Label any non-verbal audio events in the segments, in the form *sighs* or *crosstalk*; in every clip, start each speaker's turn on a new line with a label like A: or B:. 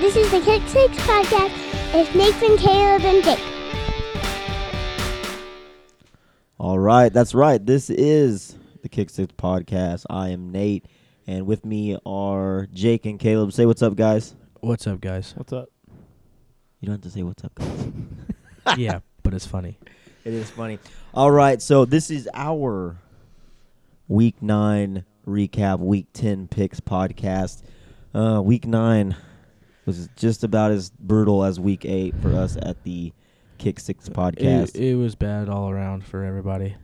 A: This is the Kick Six Podcast. It's Nathan, Caleb, and Jake.
B: All right, that's right. This is the Kick Six Podcast. I am Nate, and with me are Jake and Caleb. Say what's up, guys.
C: What's up, guys?
D: What's up?
B: You don't have to say what's up, guys. *laughs*
C: yeah, but it's
D: *laughs*
C: funny.
B: It is funny. All right, so this is our week nine recap, week ten picks podcast. Uh, week nine was just about as brutal as week eight for us at the Kick Six Podcast.
C: It, it was bad all around for everybody.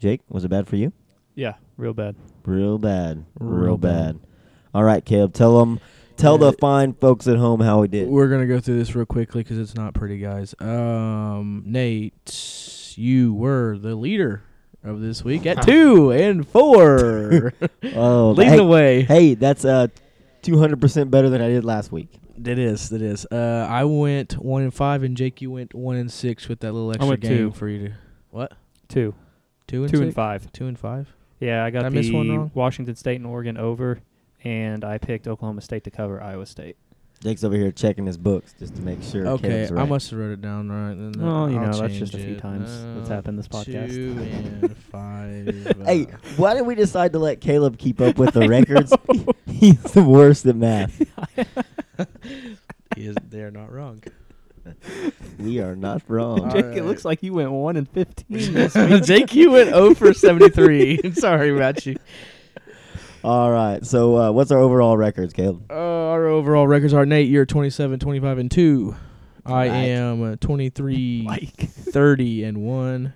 B: Jake, was it bad for you?
D: Yeah, real bad.
B: Real bad. Real,
C: Real
B: bad.
C: bad.
B: All right, Caleb, tell them, tell the
C: Uh,
B: fine folks at home how we did.
C: We're gonna go through this real quickly because it's not pretty, guys. Um, Nate, you were the leader of this week
D: *laughs*
C: at two and four. *laughs*
B: Oh,
C: Lead
B: hey,
C: the way.
B: Hey, that's uh, 200% better than I did last week.
C: That is, that is. Uh, I went one and five, and Jake, you went one and six with that little extra
D: went
C: game
D: two.
C: for you to what
D: Two.
C: two and
D: Two
C: six?
D: and five.
C: two and five.
D: Yeah, I got
C: Did I
D: the
C: miss one wrong?
D: Washington State and Oregon over, and I picked Oklahoma State to cover Iowa State.
B: Jake's over here checking his books just to make sure.
C: Okay,
B: Caleb's right.
C: I must have wrote it down right. And then
D: Well, you
C: I'll
D: know, that's just a
C: change
D: few
C: it.
D: times that's
C: Uh,
D: happened this podcast.
C: Two
D: *laughs*
C: and five. uh,
B: Hey, why did we decide to let Caleb keep up
C: *laughs*
B: with the records? He's the worst at math.
C: he is, they're not
D: *laughs*
C: wrong.
B: We are
C: *laughs*
B: not wrong.
C: Jake, it Alright. looks
D: like you went one and *laughs* fifteen
C: Jake, you went 0 for *laughs* 73. Sorry about you.
B: All right, so uh, what's our overall records, Caleb?
C: Uh, our overall records are Nate, you're 27, 25, and 2. I
B: Right.
C: am uh,
D: *laughs*
C: 23,
D: Like
C: 30, and 1.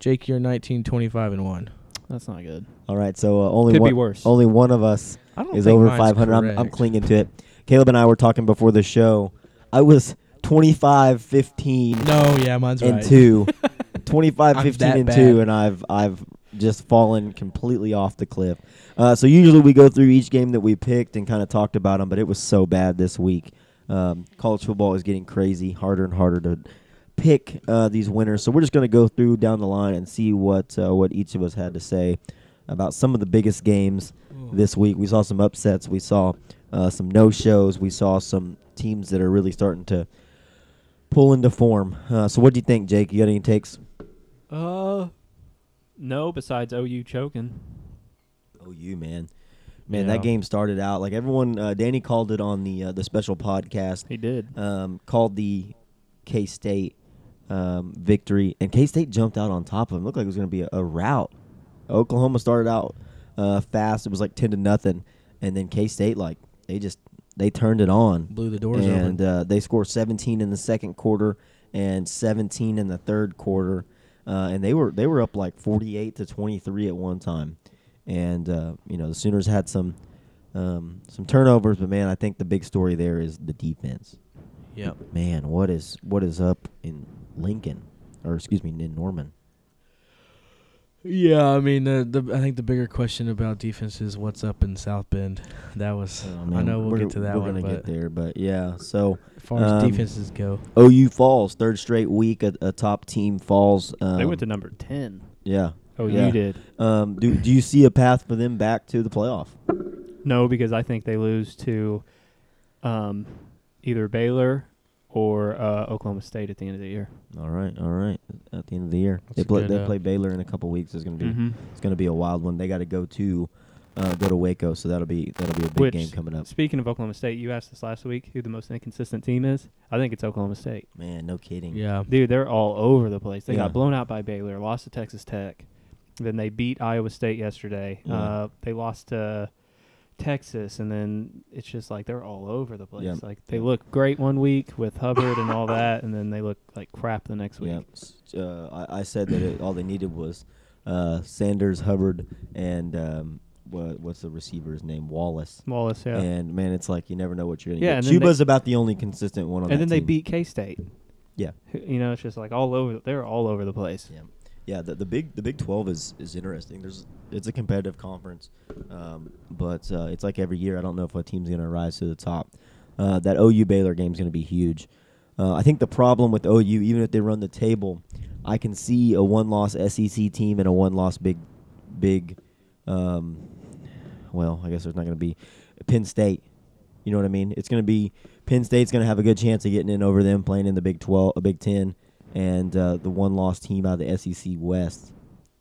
C: Jake, you're 19, 25, and 1.
D: that's not good.
B: All right, so uh, only
D: Could
B: one,
D: be worse.
B: only one of us
C: I don't
B: is
C: think
B: over
C: mine's
B: 500. I'm, I'm
C: correct.
B: clinging to it. Caleb and I were talking before the show. I was 25, 15,
C: No, yeah, mine's
B: and
C: right.
B: two. 25,
C: I'm
B: 15,
C: that
B: and two,
C: bad.
B: and I've I've just fallen completely off the cliff. Uh, so usually we go through each game that we picked and kind of talked about them, but it was so bad this week. Um, college football is getting crazy, harder and harder to pick uh, these winners. So we're just going to go through down the line and see what uh, what each of us had to say about some of the biggest games this week. We saw some upsets. We saw uh, some no shows. We saw some teams that are really starting to pull into form. Uh, so what do you think, Jake? You got any takes?
D: Uh, no. Besides OU choking.
B: Oh, you man, man, that
D: Yeah.
B: game started out like everyone. Uh, Danny called it on the uh, the special podcast.
D: He did.
B: Um, called the K State um, victory, and K State jumped out on top of him. Looked like it was going to be a, a rout. Oklahoma started out uh, fast. It was like ten to nothing, and then K State like they just they turned it on.
C: Blew the doors
B: and
C: open.
B: uh, they scored 17 in the second quarter and 17 in the third quarter, uh, and they were they were up like 48 to 23 at one time, and uh, you know the Sooners had some um, some turnovers, but man, I think the big story there is the defense.
C: *laughs* Yep.
B: Oh, Man, what is what is up in Lincoln, or excuse me, in Norman?
C: Yeah, I mean, uh, the I think the bigger question about defense is what's up in South Bend. That was
B: Oh,
C: I
B: man,
C: know we'll
B: we're-
C: get to that
B: We're
C: one,
B: gonna get
C: but
B: there, but yeah, so.
C: as far as
B: Um,
C: defenses go,
B: OU falls third straight week. A, a top team falls. Um,
D: they went to number ten.
B: yeah.
D: Oh,
B: yeah.
D: you did.
B: Um, do do you see a path for them back to the playoff?
D: No, because I think they lose to um, either Baylor or uh, Oklahoma State at the end of the year.
B: All right, all right. At the end of the year,
C: That's
B: they
C: a
B: play
C: good,
B: they
C: uh,
B: play Baylor in a couple weeks. It's gonna be it's gonna be a wild one. They got to go to uh, go to Waco, so that'll be that'll be a big
D: Which-
B: game coming up.
D: Speaking of Oklahoma State, you asked us last week who the most inconsistent team is. I think it's Oklahoma State.
B: Man, no kidding.
C: yeah,
D: Dude, they're all over the place. They
B: Yeah.
D: got blown out by Baylor, lost to Texas Tech. Then they beat Iowa State yesterday.
B: Yeah.
D: Uh, they lost to Texas, and then it's just like they're all over the place.
B: Yeah.
D: Like they look great one week with Hubbard
B: *laughs*
D: and all that, and then they look like crap the next week.
B: Yeah. S- Uh, I, I said that it, all they needed was uh, Sanders, Hubbard, and um, what, what's the receiver's name? Wallace.
D: Wallace, yeah.
B: And man, it's like you never know what you're gonna
D: Yeah,
B: get.
D: and then
B: Cuba's about the only consistent one on that
D: and then they
B: team.
D: beat K State.
B: Yeah.
D: You know, it's just like all over. They're all over the place.
B: Yeah, yeah. The, the big the Big Twelve is is interesting. There's it's a competitive conference, um, but uh, it's like every year. I don't know if a team's going to rise to the top. Uh, that OU Baylor game is going to be huge. Uh, I think the problem with OU, even if they run the table, I can see a one loss SEC team and a one loss Big Big. Um, well, I guess there's not going to be Penn State You know what I mean? It's going to be Penn State's going to have a good chance of getting in over them playing in the Big 12, a Big 10, and uh, the one loss team out of the SEC West.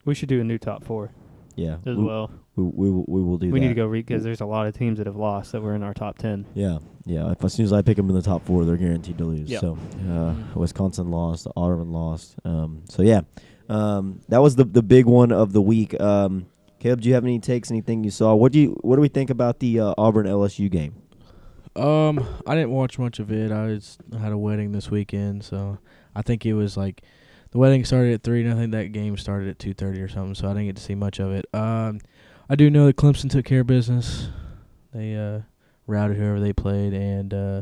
D: We should do a new top four
B: Yeah,
D: as
B: we,
D: well.
B: we, we, will- we will do
D: We
B: that.
D: need to go because there's a lot of teams that have lost that were in our top ten.
B: Yeah, yeah. If, as soon as I pick them in the top four, they're guaranteed to lose.
D: Yeah.
B: So uh, Wisconsin lost, Auburn lost. Um, so yeah, um, that was the the big one of the week. Um, Caleb, do you have any takes? Anything you saw? What do you What do we think about the uh, Auburn LSU game?
C: Um, I didn't watch much of it. I was I had a wedding this weekend, so I think it was like the wedding started at three, and I think that game started at two thirty or something. So I didn't get to see much of it. Um, I do know that Clemson took care of business. They uh routed whoever they played, and uh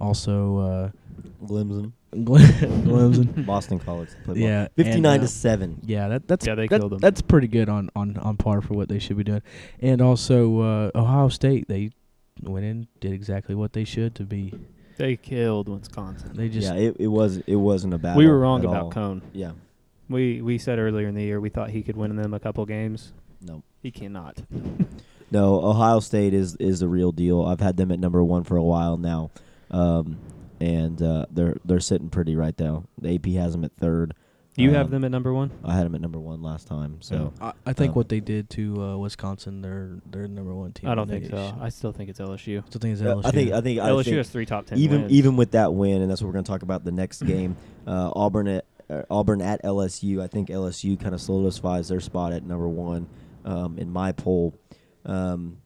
C: also uh *laughs*
B: Clemson, *laughs*
C: Clemson.
B: Boston College. they played
C: yeah, and,
B: fifty nine
C: uh,
B: to seven.
C: Yeah, that that's
D: Yeah, they
C: that-
D: killed 'em.
C: That's pretty good on, on, on par for what they should be doing. And also uh, Ohio State, they went in, did exactly what they should to be.
D: They killed Wisconsin.
C: They just
B: Yeah, it, it was it wasn't a battle.
D: we were wrong
B: at
D: about
B: all.
D: Cone.
B: Yeah,
D: We we said earlier in the year we thought he could win them a couple games.
B: no,
D: He cannot.
B: no. Ohio State is is the real deal. I've had them at number one for a while now, um, and uh, they're they're sitting pretty right now. The AP has them at third.
D: You
B: Um,
D: have them at number one.
B: I had them at number one last time. So
C: I, I think
B: Um,
C: what they did to uh, Wisconsin, they're they're number one team.
D: I don't
C: They
D: think so.
C: should-
D: I still think it's Mm. LSU.
C: still think it's
B: Uh,
C: LSU.
B: I think I think I
D: LSU
B: think
D: has three top ten.
B: even
D: wins.
B: even with that win, and that's what we're going to talk about the next game, uh, Auburn at uh, Auburn at LSU. I think LSU kind of solidifies their spot at number one um, in my poll. Um,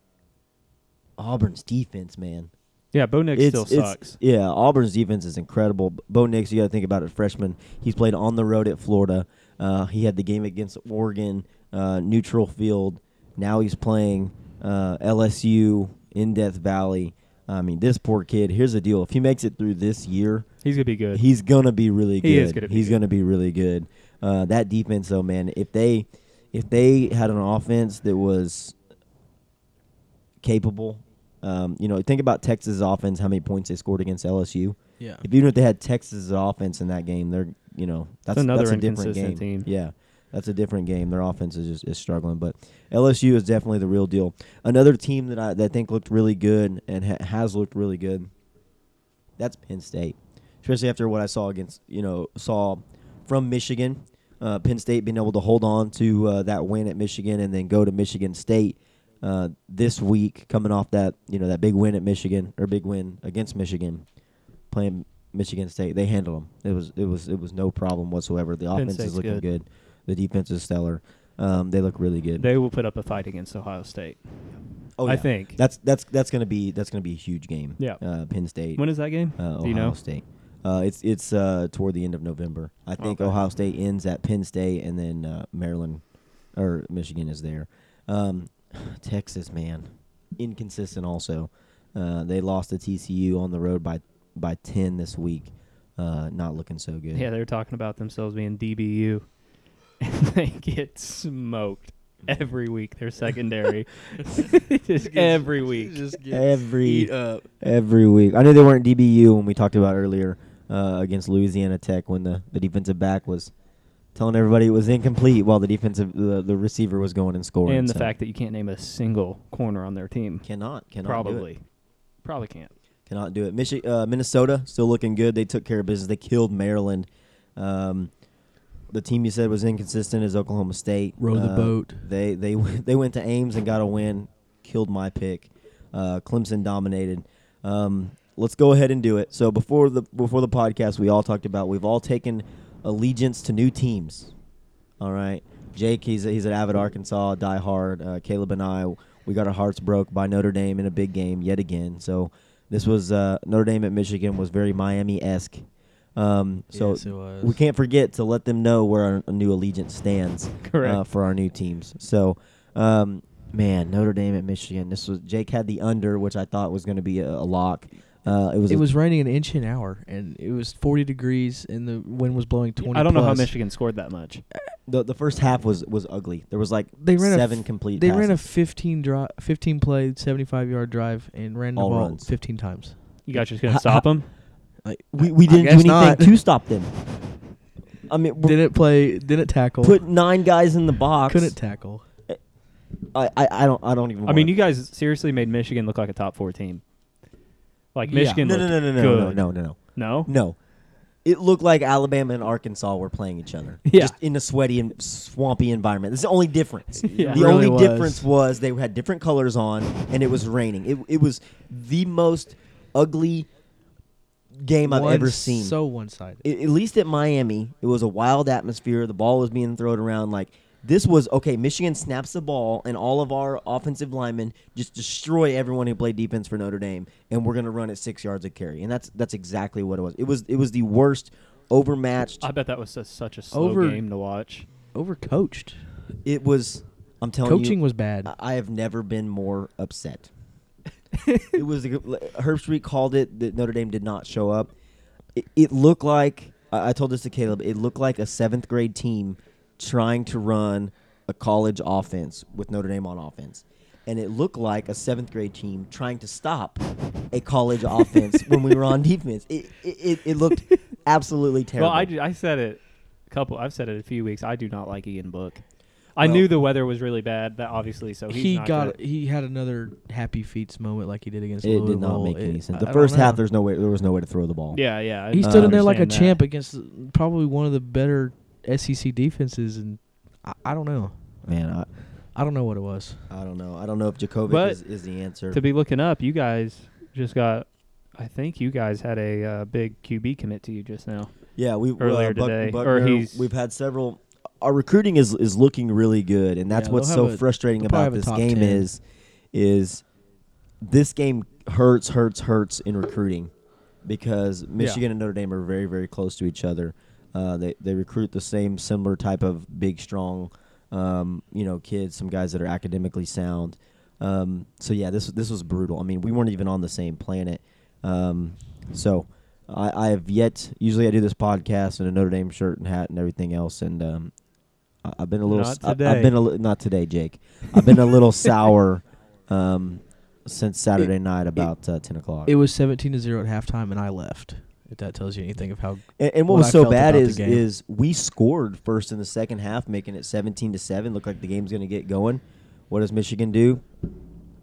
B: Auburn's defense, man.
D: yeah, Bo Nix still
B: it's-
D: sucks.
B: Yeah, Auburn's defense is incredible. B- Bo Nix, you got to think about it. Freshman, he's played on the road at Florida. Uh, he had the game against Oregon, uh, neutral field. Now he's playing uh, LSU in Death Valley. I mean, this poor kid. Here's the deal: if he makes it through this year,
D: He's gonna be good.
B: He's gonna be really good.
D: He is gonna be
B: He's
D: good.
B: gonna be really good. Uh, that defense, though, man. If they if they had an offense that was capable, um, you know, think about Texas' offense. How many points they scored against LSU?
C: yeah.
B: If even if they had Texas' offense in that game, they're you know that's
D: another
B: that's a different game.
D: inconsistent team.
B: Yeah, that's a different game. Their offense is just is struggling, but LSU is definitely the real deal. Another team that I that I think looked really good and ha- has looked really good. That's Penn State, especially after what I saw against you know saw from Michigan. Uh, Penn State being able to hold on to uh, that win at Michigan and then go to Michigan State uh, this week, coming off that you know that big win at Michigan or big win against Michigan, playing Michigan State. They handled them. It was it was it was no problem whatsoever. The
D: Penn
B: offense is
D: State's
B: looking
D: good.
B: good. The defense is stellar. Um, they look really good.
D: They will put up a fight against Ohio State.
B: oh,
D: I
B: yeah.
D: think.
B: that's that's that's gonna be that's gonna be a huge game.
D: Yeah.
B: uh, Penn State.
D: when is that game?
B: uh, Ohio
D: Do you know?
B: State. Uh, it's it's uh, toward the end of November. I think
D: Okay.
B: Ohio State ends at Penn State, and then uh, Maryland or Michigan is there. Um, *sighs* Texas, man, inconsistent. Also, uh, they lost to TCU on the road by by ten this week. Uh, not looking so good.
D: Yeah, they were talking about themselves being DBU, *laughs* and they get smoked
B: Mm-hmm.
D: every
B: *laughs*
D: week. Their secondary, just *laughs* every week. uh,
B: every
C: uh,
B: every week. I knew they weren't DBU when we talked about earlier uh, against Louisiana Tech when the, the defensive back was telling everybody it was incomplete while the defensive the, the receiver was going and scoring.
D: and the
B: so.
D: fact that you can't name a single corner on their team.
B: cannot cannot do it.
D: Probably, probably can't.
B: cannot do it. Michi- uh, Minnesota still looking good. They took care of business. They killed Maryland. Um, the team you said was inconsistent is Oklahoma State.
C: Row the
B: Uh,
C: boat.
B: They they *laughs* went- they went to Ames and got a win. Killed my pick. Uh, Clemson dominated. Um, let's go ahead and do it. So before the before the podcast, we all talked about we've all taken allegiance to new teams. All right, Jake, he's a, he's an avid Arkansas diehard. Uh, Caleb and I, we got our hearts broke by Notre Dame in a big game yet again. So this was uh, Notre Dame at Michigan was very Miami esque. Um, so
C: Yes, it was.
B: we can't forget to let them know where our new allegiance stands
D: Correct.
B: uh, for our new teams. So, um, man, Notre Dame at Michigan. This was Jake had the under, which I thought was going to be a, a lock. Uh, it was.
C: It
B: a-
C: was raining an inch an hour, and it was forty degrees, and the wind was blowing twenty.
D: I don't know how
C: plus.
D: Michigan scored that much.
B: the, the first half was was ugly. There was like
C: They ran a
B: seven
C: f-
B: complete.
C: They ran a
B: passes.
C: fifteen drive, fifteen play, seventy-five yard drive, and ran the
B: All
C: ball
B: runs.
C: fifteen times.
D: You guys just gonna
B: Ha-
D: stop them?
C: Like
B: we we
C: I
B: didn't do
C: guess
B: anything
C: not.
B: to stop them. I mean, we
C: didn't play, didn't tackle,
B: put nine guys in the box.
C: couldn't tackle.
B: I, I I don't I don't even.
D: I mean,
B: wanna-
D: you guys seriously made Michigan look like a top four team. Like
C: Yeah.
D: Michigan.
B: No, no, no,
D: looked
B: no, no, no,
D: good.
B: no, no, no.
D: No?
B: No. It looked like Alabama and Arkansas were playing each other.
D: Yeah.
B: Just in a sweaty and swampy environment. That's the only difference.
D: *laughs* Yeah.
B: The
D: Really
B: only
D: was.
B: difference was they had different colors on and it was raining. It, it was the most ugly game I've
C: One-
B: ever seen.
C: So one sided.
B: I- at least at Miami, it was a wild atmosphere. The ball was being thrown around like this was okay. Michigan snaps the ball, and all of our offensive linemen just destroy everyone who played defense for Notre Dame, and we're gonna run at six yards a carry, and that's that's exactly what it was. It was it was the worst overmatched.
D: I bet that was su- such a slow
C: Over-
D: game to watch.
C: Overcoached.
B: It was. I'm telling
C: Coaching
B: you,
C: was bad.
B: I I have never been more
C: *laughs*
B: upset. it was Herb Street called it that Notre Dame did not show up. It, it looked like I, I told this to Caleb. It looked like a seventh grade team trying to run a college offense with Notre Dame on offense, and it looked like a seventh grade team trying to stop a college
C: *laughs*
B: offense when we were on defense. It it, it, it looked absolutely terrible.
D: Well, I, d- I said it a couple. I've said it a few weeks. I do not like Ian Book. I
B: Well-
D: knew the weather was really bad. That obviously, so he's
C: he
D: not
C: got
D: good.
C: he had another happy feats moment like he did against
B: it
C: Louisville.
B: did not make any
C: It-
B: sense.
C: I-
B: The
C: I
B: first
C: don't know.
B: half, there's no way. There was no way to throw the ball.
D: Yeah, yeah.
C: he
D: I
C: stood in there like a
D: understand
C: champ
D: that.
C: against probably one of the better SEC defenses, and I, I don't know.
B: man. I,
C: I don't know what it was.
B: I don't know. I don't know if Djokovic
D: But-
B: is, is the answer.
D: To be looking up, you guys just got. I think you guys had a uh, big QB commit to you just now.
B: yeah, we
D: earlier
B: uh, Buck,
D: today,
B: Buckner,
D: or he's-
B: we've had several. Our recruiting is is looking really good, and that's
C: Yeah,
B: what's
C: they'll
B: so
C: have a-
B: frustrating
C: they'll probably
B: about
C: have a
B: this game
C: top 10.
B: is, is this game hurts, hurts, hurts in recruiting because Michigan and Notre Dame are very, very close to each other. Uh, they they recruit the same similar type of big, strong, um, you know, kids. Some guys that are academically sound. Um, so yeah, this this was brutal. I mean, we weren't even on the same planet. Um, so I, I have yet. Usually, I do this podcast in a Notre Dame shirt and hat and everything else, and um, I, I've been a little.
D: Not
B: I, have
D: today.
B: been a li- not today, Jake. I've been a little *laughs* sour um, since Saturday night about uh, ten o'clock.
C: It was seventeen to zero at halftime, and I left. If that tells you anything of how
B: And, and what,
C: what
B: was
C: I
B: so
C: felt
B: bad
C: about the
B: is
C: game.
B: is we scored first in the second half, making it seventeen to seven. Looked like the game's going to get going. What does Michigan do?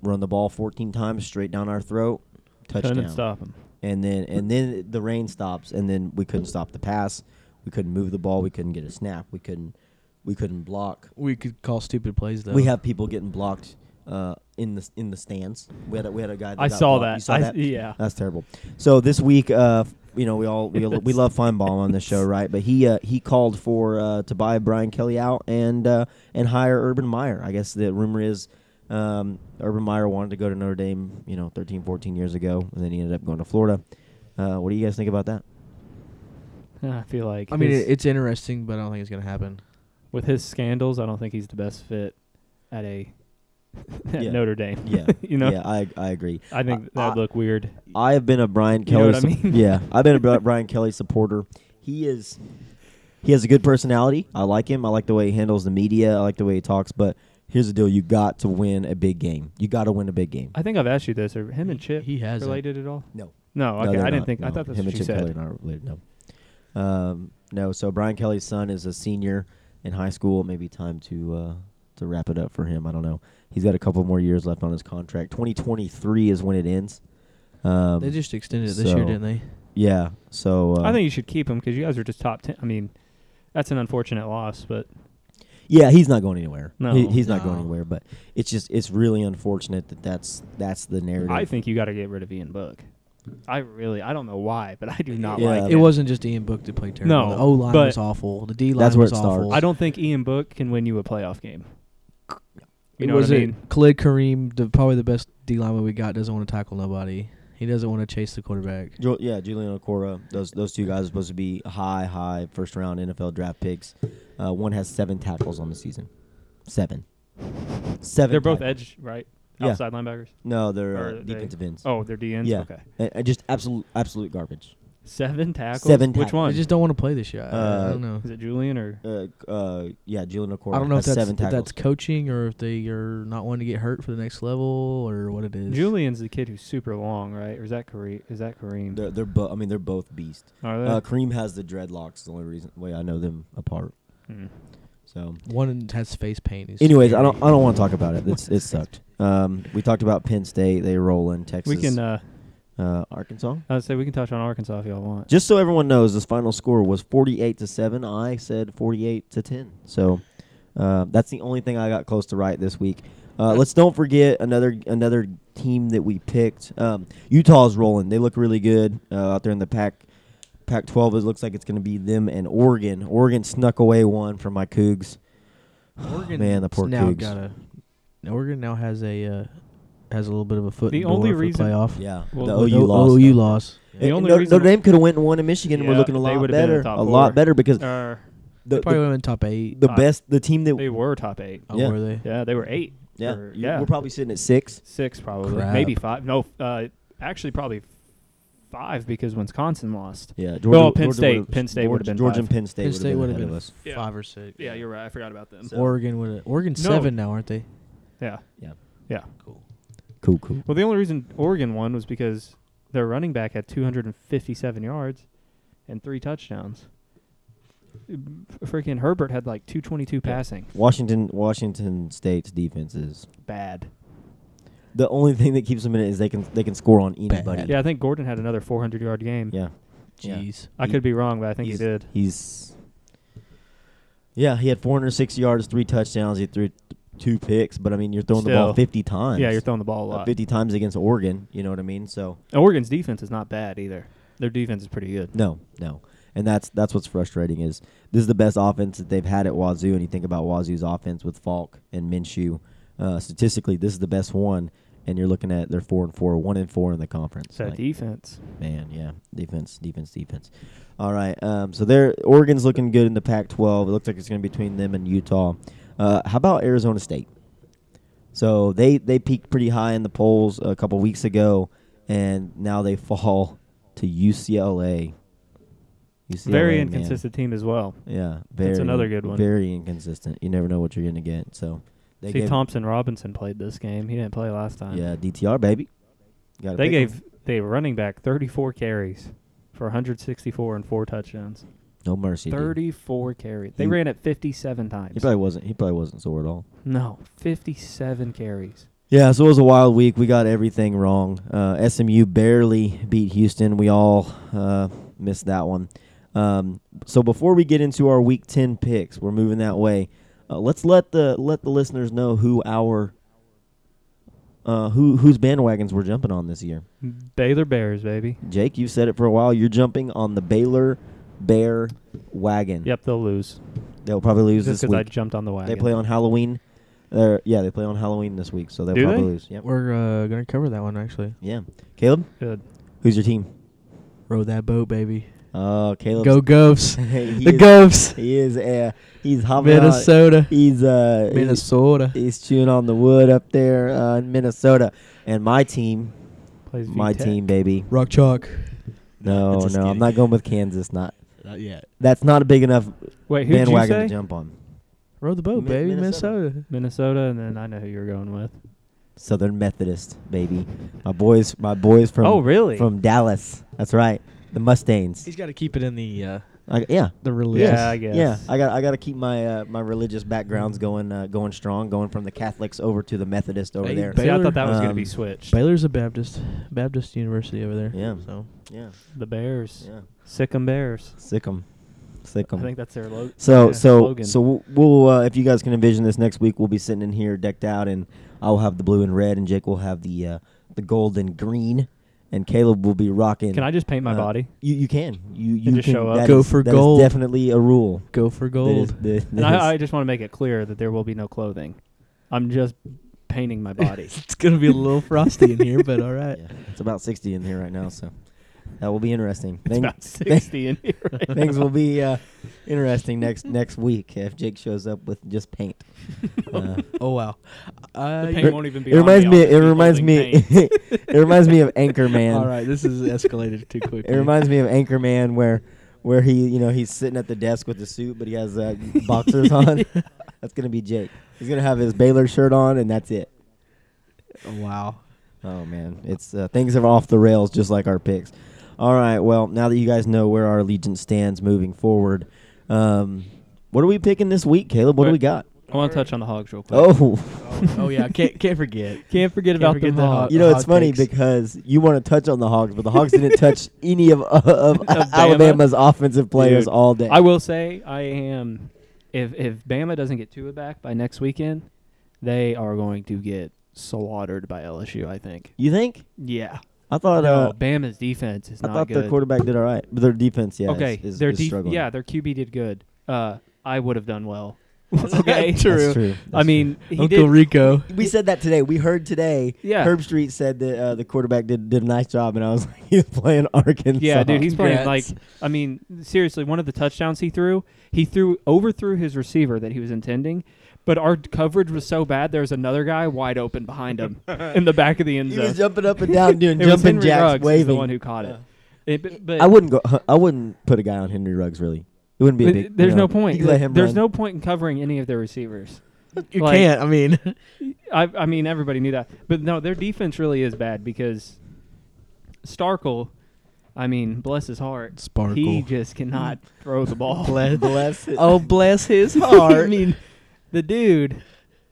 B: Run the ball fourteen times straight down our throat, touchdown.
D: Couldn't stop him.
B: And then and then the rain stops, and then we couldn't stop the pass. We couldn't move the ball. We couldn't get a snap. We couldn't we couldn't block.
C: we could call stupid plays though.
B: We have people getting blocked uh, in the in the stands. We had a, we had a guy. That
D: I
B: got
D: saw
B: blocked. You
D: that.
B: saw
D: I-
B: that?
C: *laughs*
D: yeah.
B: that's terrible. So this week, uh, you know, we all we, we love Feinbaum on the
D: *laughs*
B: show, right? But he uh, he called for uh, to buy Brian Kelly out and uh, and hire Urban Meyer. I guess the rumor is. Um, Urban Meyer wanted to go to Notre Dame, you know, 13, 14 years ago, and then he ended up going to Florida. Uh, what do you guys think about that?
D: I feel like.
C: I mean,
D: his-
C: it, it's interesting, but I don't think it's gonna happen.
D: with his scandals, I don't think he's the best fit at a *laughs* at
B: Yeah.
D: Notre Dame.
B: *laughs* Yeah,
D: *laughs* you know,
B: yeah, I I agree.
D: I think
B: I-
D: that'd look weird.
B: I have been a Brian
D: You know
B: Kelly.
D: what I
B: sup- *laughs*
D: mean?
B: yeah, I've been a Bri- Brian Kelly supporter. He is. He has a good personality. I like him. I like the way he handles the media. I like the way he talks. But here's the deal: you got to win a big game. You got to win a big game.
D: I think I've asked you this. Are him and Chip
C: He hasn't.
D: related at all?
B: No.
D: No.
B: No,
D: Oh, Okay,
B: they're
D: I didn't
B: not.
D: think. I
B: No.
D: thought that's
B: him
D: what
B: and
D: you
B: Chip Kelly
D: said.
B: are not related. No. Um, no. So Brian Kelly's son is a senior in high school. Maybe time to uh, to wrap it up for him. I don't know. He's got a couple more years left on his contract. 2023 is when it ends. Um,
C: They just extended it this year,
B: so-
C: didn't they?
B: yeah. So uh,
D: I think you should keep him because you guys are just top ten. I mean, that's an unfortunate loss, but
B: Yeah, he's not going anywhere.
D: No.
B: He- he's not
C: No.
B: going anywhere. But it's just it's really unfortunate that that's that's the narrative.
D: I think you got to get rid of Ian Book. I really, I don't know why, but I do not
B: Yeah.
D: like
C: It wasn't just Ian Book that played terrible.
D: No,
C: the O line
D: but
C: was awful. The D line
B: That's where
C: was
B: it starts.
C: awful.
D: I don't think Ian Book can win you a playoff game. You know
C: was
D: what I mean?
C: it Khalid Kareem, the, probably the best D lineman we got, doesn't want to tackle nobody. He doesn't want to chase the quarterback.
B: Ju- yeah, Julian Okora. Those those two guys are supposed to be high high first round NFL draft picks. Uh, one has seven tackles on the season. Seven. Seven.
D: They're both
B: tackles.
D: edge, right?
B: Yeah.
D: Outside linebackers.
B: No, they're
D: or
B: uh,
D: they-
B: defensive ends.
D: Oh, they're DNs.
B: Yeah.
D: Okay.
B: And, and just absolute absolute garbage.
D: Seven tackles.
B: Seven
D: Which
B: tackles.
D: one?
C: They just don't want to play this year. I- I,
B: Uh,
C: don't know.
D: Is it Julian or?
B: Uh, uh, yeah, Julian Okora.
C: I don't know if
B: has
C: that's,
B: seven
C: if that's
B: tackles.
C: coaching or if they are not wanting to get hurt for the next level or what it is.
D: Julian's the kid who's super long, right? Or is that Kareem? Is that Kareem?
B: they're they're both. I mean, they're both beast.
D: Are they?
B: Uh, Kareem has the dreadlocks. The only reason way I know them apart.
D: Hmm.
B: So
C: One has face paint. He's
B: Anyways, I
C: scary.
B: don't I don't want to talk about it. It's it sucked. Um, we talked about Penn State. They roll in Texas.
D: We can uh,
B: Uh, Arkansas.
D: I would say we can touch on Arkansas if y'all want.
B: Just so everyone knows, this final score was 48 to 7. I said 48 to 10. So uh, that's the only thing I got close to right this week. Uh, let's don't forget another another team that we picked. Um, Utah's rolling. They look really good uh, out there in the pack. Pac 12, it looks like it's going to be them and Oregon. Oregon snuck away one from my Cougs.
C: Oregon
B: Man, the poor
C: now
B: Cougs.
C: got a Oregon now has a uh, has a little bit of a foot.
D: The
C: in door
D: only
C: for
D: reason-
C: the playoff.
B: Yeah.
D: Well,
B: the
D: well,
B: OU loss.
C: OU loss.
D: The
B: And
D: only
B: Notre-
D: reason-
B: Notre Dame could have went and won in Michigan and we're
D: Yeah,
B: looking a
D: they
B: lot
D: would've been in the
B: better.
D: top
B: a lot
D: four.
B: better because the,
D: Uh,
C: They probably
B: the,
C: would have been top eight.
B: the
D: top.
B: best, the team that
D: they were top eight.
C: oh,
B: yeah.
C: were they?
D: Yeah, they were eight.
B: Yeah,
D: Or-
B: you-
D: yeah.
B: We're probably sitting at six.
D: Six probably.
C: Crap.
D: Maybe five. No, uh, actually probably five because Wisconsin lost.
B: Yeah,
D: Well, Penn State- Penn State would've been
B: Georgia
D: five.
B: and Penn State.
C: Penn State would
B: would've been ahead
C: have been
B: of us.
D: Yeah.
C: five or six.
D: Yeah, you're right. I forgot about them.
B: So-
C: Oregon would have. Oregon
D: No.
C: seven now, aren't they?
D: yeah.
B: Cool, cool.
D: Well, the only reason Oregon won was because their running back had 257 yards and three touchdowns. Freaking Herbert had like 222 passing.
B: *laughs* Washington, Washington State's defense is
D: Bad.
B: the only thing that keeps them in it is they can they can score on anybody.
C: Bad.
D: Yeah, I think Gordon had another 400 yard game.
B: yeah. Yeah.
C: Jeez.
D: I could be wrong, but I think he
B: he's,
D: did.
B: He's yeah, he had 406 yards, three touchdowns. He threw th- two picks, but I mean, you're throwing the ball
D: Still.
B: 50 times.
D: Yeah, you're throwing the ball a
B: Uh,
D: lot.
B: 50 times against Oregon. You know what I mean? So
D: Oregon's defense is not bad either. Their defense is pretty good.
B: No, no, and that's that's what's frustrating is this is the best offense that they've had at Wazoo, and you think about Wazoo's offense with Falk and Minshew. Uh, statistically, this is the best one, and you're looking at they're four and four, one and four in the conference.
D: So
B: Like,
D: defense.
B: man, yeah, defense, defense, defense. All right, um, so there, Oregon's looking good in the Pac-12. It looks like it's going to be between them and Utah. Uh, how about Arizona State? So they they peaked pretty high in the polls a couple weeks ago, and now they *laughs* fall to UCLA. UCLA
D: Very
B: man.
D: inconsistent team as well.
B: Yeah, very,
D: That's another good one.
B: Very inconsistent. You never know what you're going to get. So they
D: See,
B: gave-
D: Thompson Robinson played this game. He didn't play last time.
B: yeah DTR baby. Gotta
D: They
B: pick 'em.
D: gave the running back 34 carries for 164 and four touchdowns.
B: no mercy. dude.
D: 34 carries. They
B: He-
D: ran it 57 times.
B: He probably wasn't. He probably wasn't sore at all.
D: no, 57 carries.
B: Yeah, so it was a wild week. We got everything wrong. Uh, SMU barely beat Houston. We all uh, missed that one. Um, so before we get into our Week Ten picks, we're moving that way. Uh, let's let the let the listeners know who our uh, who whose bandwagons we're jumping on this year.
D: Baylor Bears, baby.
B: Jake, you've said it for a while. You're jumping on the Baylor Bear wagon.
D: Yep, they'll lose.
B: they'll probably lose this
D: Just because I
B: week.
D: jumped on the wagon.
B: They play on Halloween. Uh, yeah, they play on Halloween this week, so they'll
D: Do they?
B: probably lose. Yep.
C: We're uh, gonna cover that one actually.
B: Yeah, Caleb,
D: Good.
B: who's your team?
C: Row that boat, baby.
B: Oh, Caleb.
C: Go Govs.
B: *laughs* He
C: the
B: is-
C: Govs.
B: He is. Uh, he's hopping. out-
C: Minnesota.
B: He's uh. he-
C: Minnesota.
B: He's chewing on the wood up there uh, in Minnesota, and my team,
D: Plays
B: my
D: VTech.
B: team, baby.
C: Rock chalk.
B: No, no,
C: just
B: I'm
C: kidding.
B: not going with Kansas. Not
C: Not yet.
B: that's not a big enough
D: Wait, who did you
B: bandwagon to
D: say?
B: jump on.
C: Row the boat,
B: Mi-
C: baby.
B: Minnesota.
C: Minnesota.
D: Minnesota, and then I know who you're going with.
B: Southern Methodist, baby. My boys, my boys from
D: oh, really?
B: from Dallas. That's right, the Mustangs.
C: He's got to keep it in the uh,
B: I, yeah,
C: the
D: yeah,
C: religious.
D: I guess.
B: Yeah, I got I got to keep my uh, my religious backgrounds going uh, going strong, going from the Catholics over to the Methodist over
C: Hey,
B: there.
D: See, I thought that was going
B: Um,
D: to be switched.
C: Baylor's a Baptist Baptist university over there.
B: Yeah.
C: So
B: Yeah,
D: the Bears.
B: yeah,
D: Sick 'em Bears.
B: sick 'em, sick 'em.
D: I think that's their logo.
B: so
D: yeah,
B: so
D: slogan.
B: so we'll, we'll uh, if you guys can envision this next week, we'll be sitting in here decked out, and I'll have the blue and red, and Jake will have the uh, the gold and green, and Caleb will be rocking.
D: Can I just paint my
B: uh,
D: body?
B: You you can you you
D: just
B: can,
D: show up.
B: that
C: Go
B: is-
C: for
B: that is
C: gold.
B: definitely a rule.
C: go for
B: That is-
C: gold.
B: that is-
D: *laughs* And I, I just want to make it clear that there will be no clothing. I'm just painting my
B: *laughs*
C: *laughs*
D: body.
C: it's gonna be a little frosty in here, but all right.
B: yeah, it's about sixty in here right now, so that will be interesting.
D: it's
B: Thank-
D: about 60 in here. Right now.
B: things will be uh, interesting next next week if Jake shows up with just
D: *laughs*
B: paint. Uh,
C: Oh wow. Uh,
D: The
C: you're- *laughs*
D: paint won't even be
B: it
D: on
B: reminds
D: the
B: me.
D: office
B: It
D: people
B: reminds
D: using
B: me.
D: paint.
B: *laughs* it reminds me of Anchorman.
C: all right, this is escalated too quickly.
B: It reminds me of Anchorman where where he you know he's sitting at the desk with the suit, but he has *laughs* uh, boxers on. That's gonna be Jake. He's gonna have his Baylor shirt on, and that's it.
C: wow.
B: Oh man, it's uh, things are off the rails just like our picks. All right, well now that you guys know where our allegiance stands moving forward, um, what are we picking this week, Caleb? What do
D: Wait.
B: we got?
D: I want to touch on the Hogs real quick.
B: Oh,
D: uh,
C: oh yeah, can't can't forget.
D: Can't forget
C: Can't
D: about
C: forget
D: the,
C: the
D: Hogs.
B: *laughs*
C: Hog-
B: you know it's
C: hog
B: funny
C: picks.
B: because you want to touch on the Hogs, but the Hogs didn't
D: *laughs*
B: touch any of, uh, of
D: Bama?
B: Alabama's offensive players
D: Dude,
B: all day.
D: I will say I am. If if Bama doesn't get Tua back by next weekend, they are going to get slaughtered by LSU. I think.
B: you think?
D: Yeah.
B: I thought.
D: no,
B: Uh,
D: Bama's defense is
B: I
D: not
B: thought
D: good.
B: their quarterback did all right, but their defense, yeah, is-
D: okay,
B: is,
D: their
B: is
D: def-
B: struggling.
D: yeah, their QB did good. Uh, I would have done well. okay,
B: *laughs* That's true.
D: I
B: That's
D: mean, he
C: Uncle
D: did.
C: Rico.
B: true. we said that today. We heard today.
D: Yeah.
B: Herb Street said that uh, the quarterback did, did a nice job, and I was *laughs* like, he's playing Arkansas.
D: Yeah, dude, he's playing like.
C: Congrats.
D: I mean, seriously, one of the touchdowns he threw, he threw overthrew his receiver that he was intending, but our coverage was so bad. There was another guy wide open
B: *laughs*
D: behind him in the back of the end
B: he
D: zone.
B: was jumping up
D: *laughs*
B: and down doing
D: It was
B: jumping
D: Henry Ruggs
B: jacks,
D: was
B: waving.
D: the one who caught it. It- but- but-
B: I wouldn't go. I wouldn't put a guy on Henry Ruggs. Really, it wouldn't be a
D: but
B: big.
D: there's
B: you
D: no
B: know,
D: point.
B: You could let him
D: there's
B: run.
D: no point in covering any of their receivers.
C: You
D: Like-
C: can't. I mean,
D: I, I mean, everybody knew that, but no, their defense really is bad because Starkle. I mean, bless his heart,
C: Sparkle.
D: he just cannot throw the ball. *laughs*
B: bless. it.
C: oh, bless his
D: I mean, the dude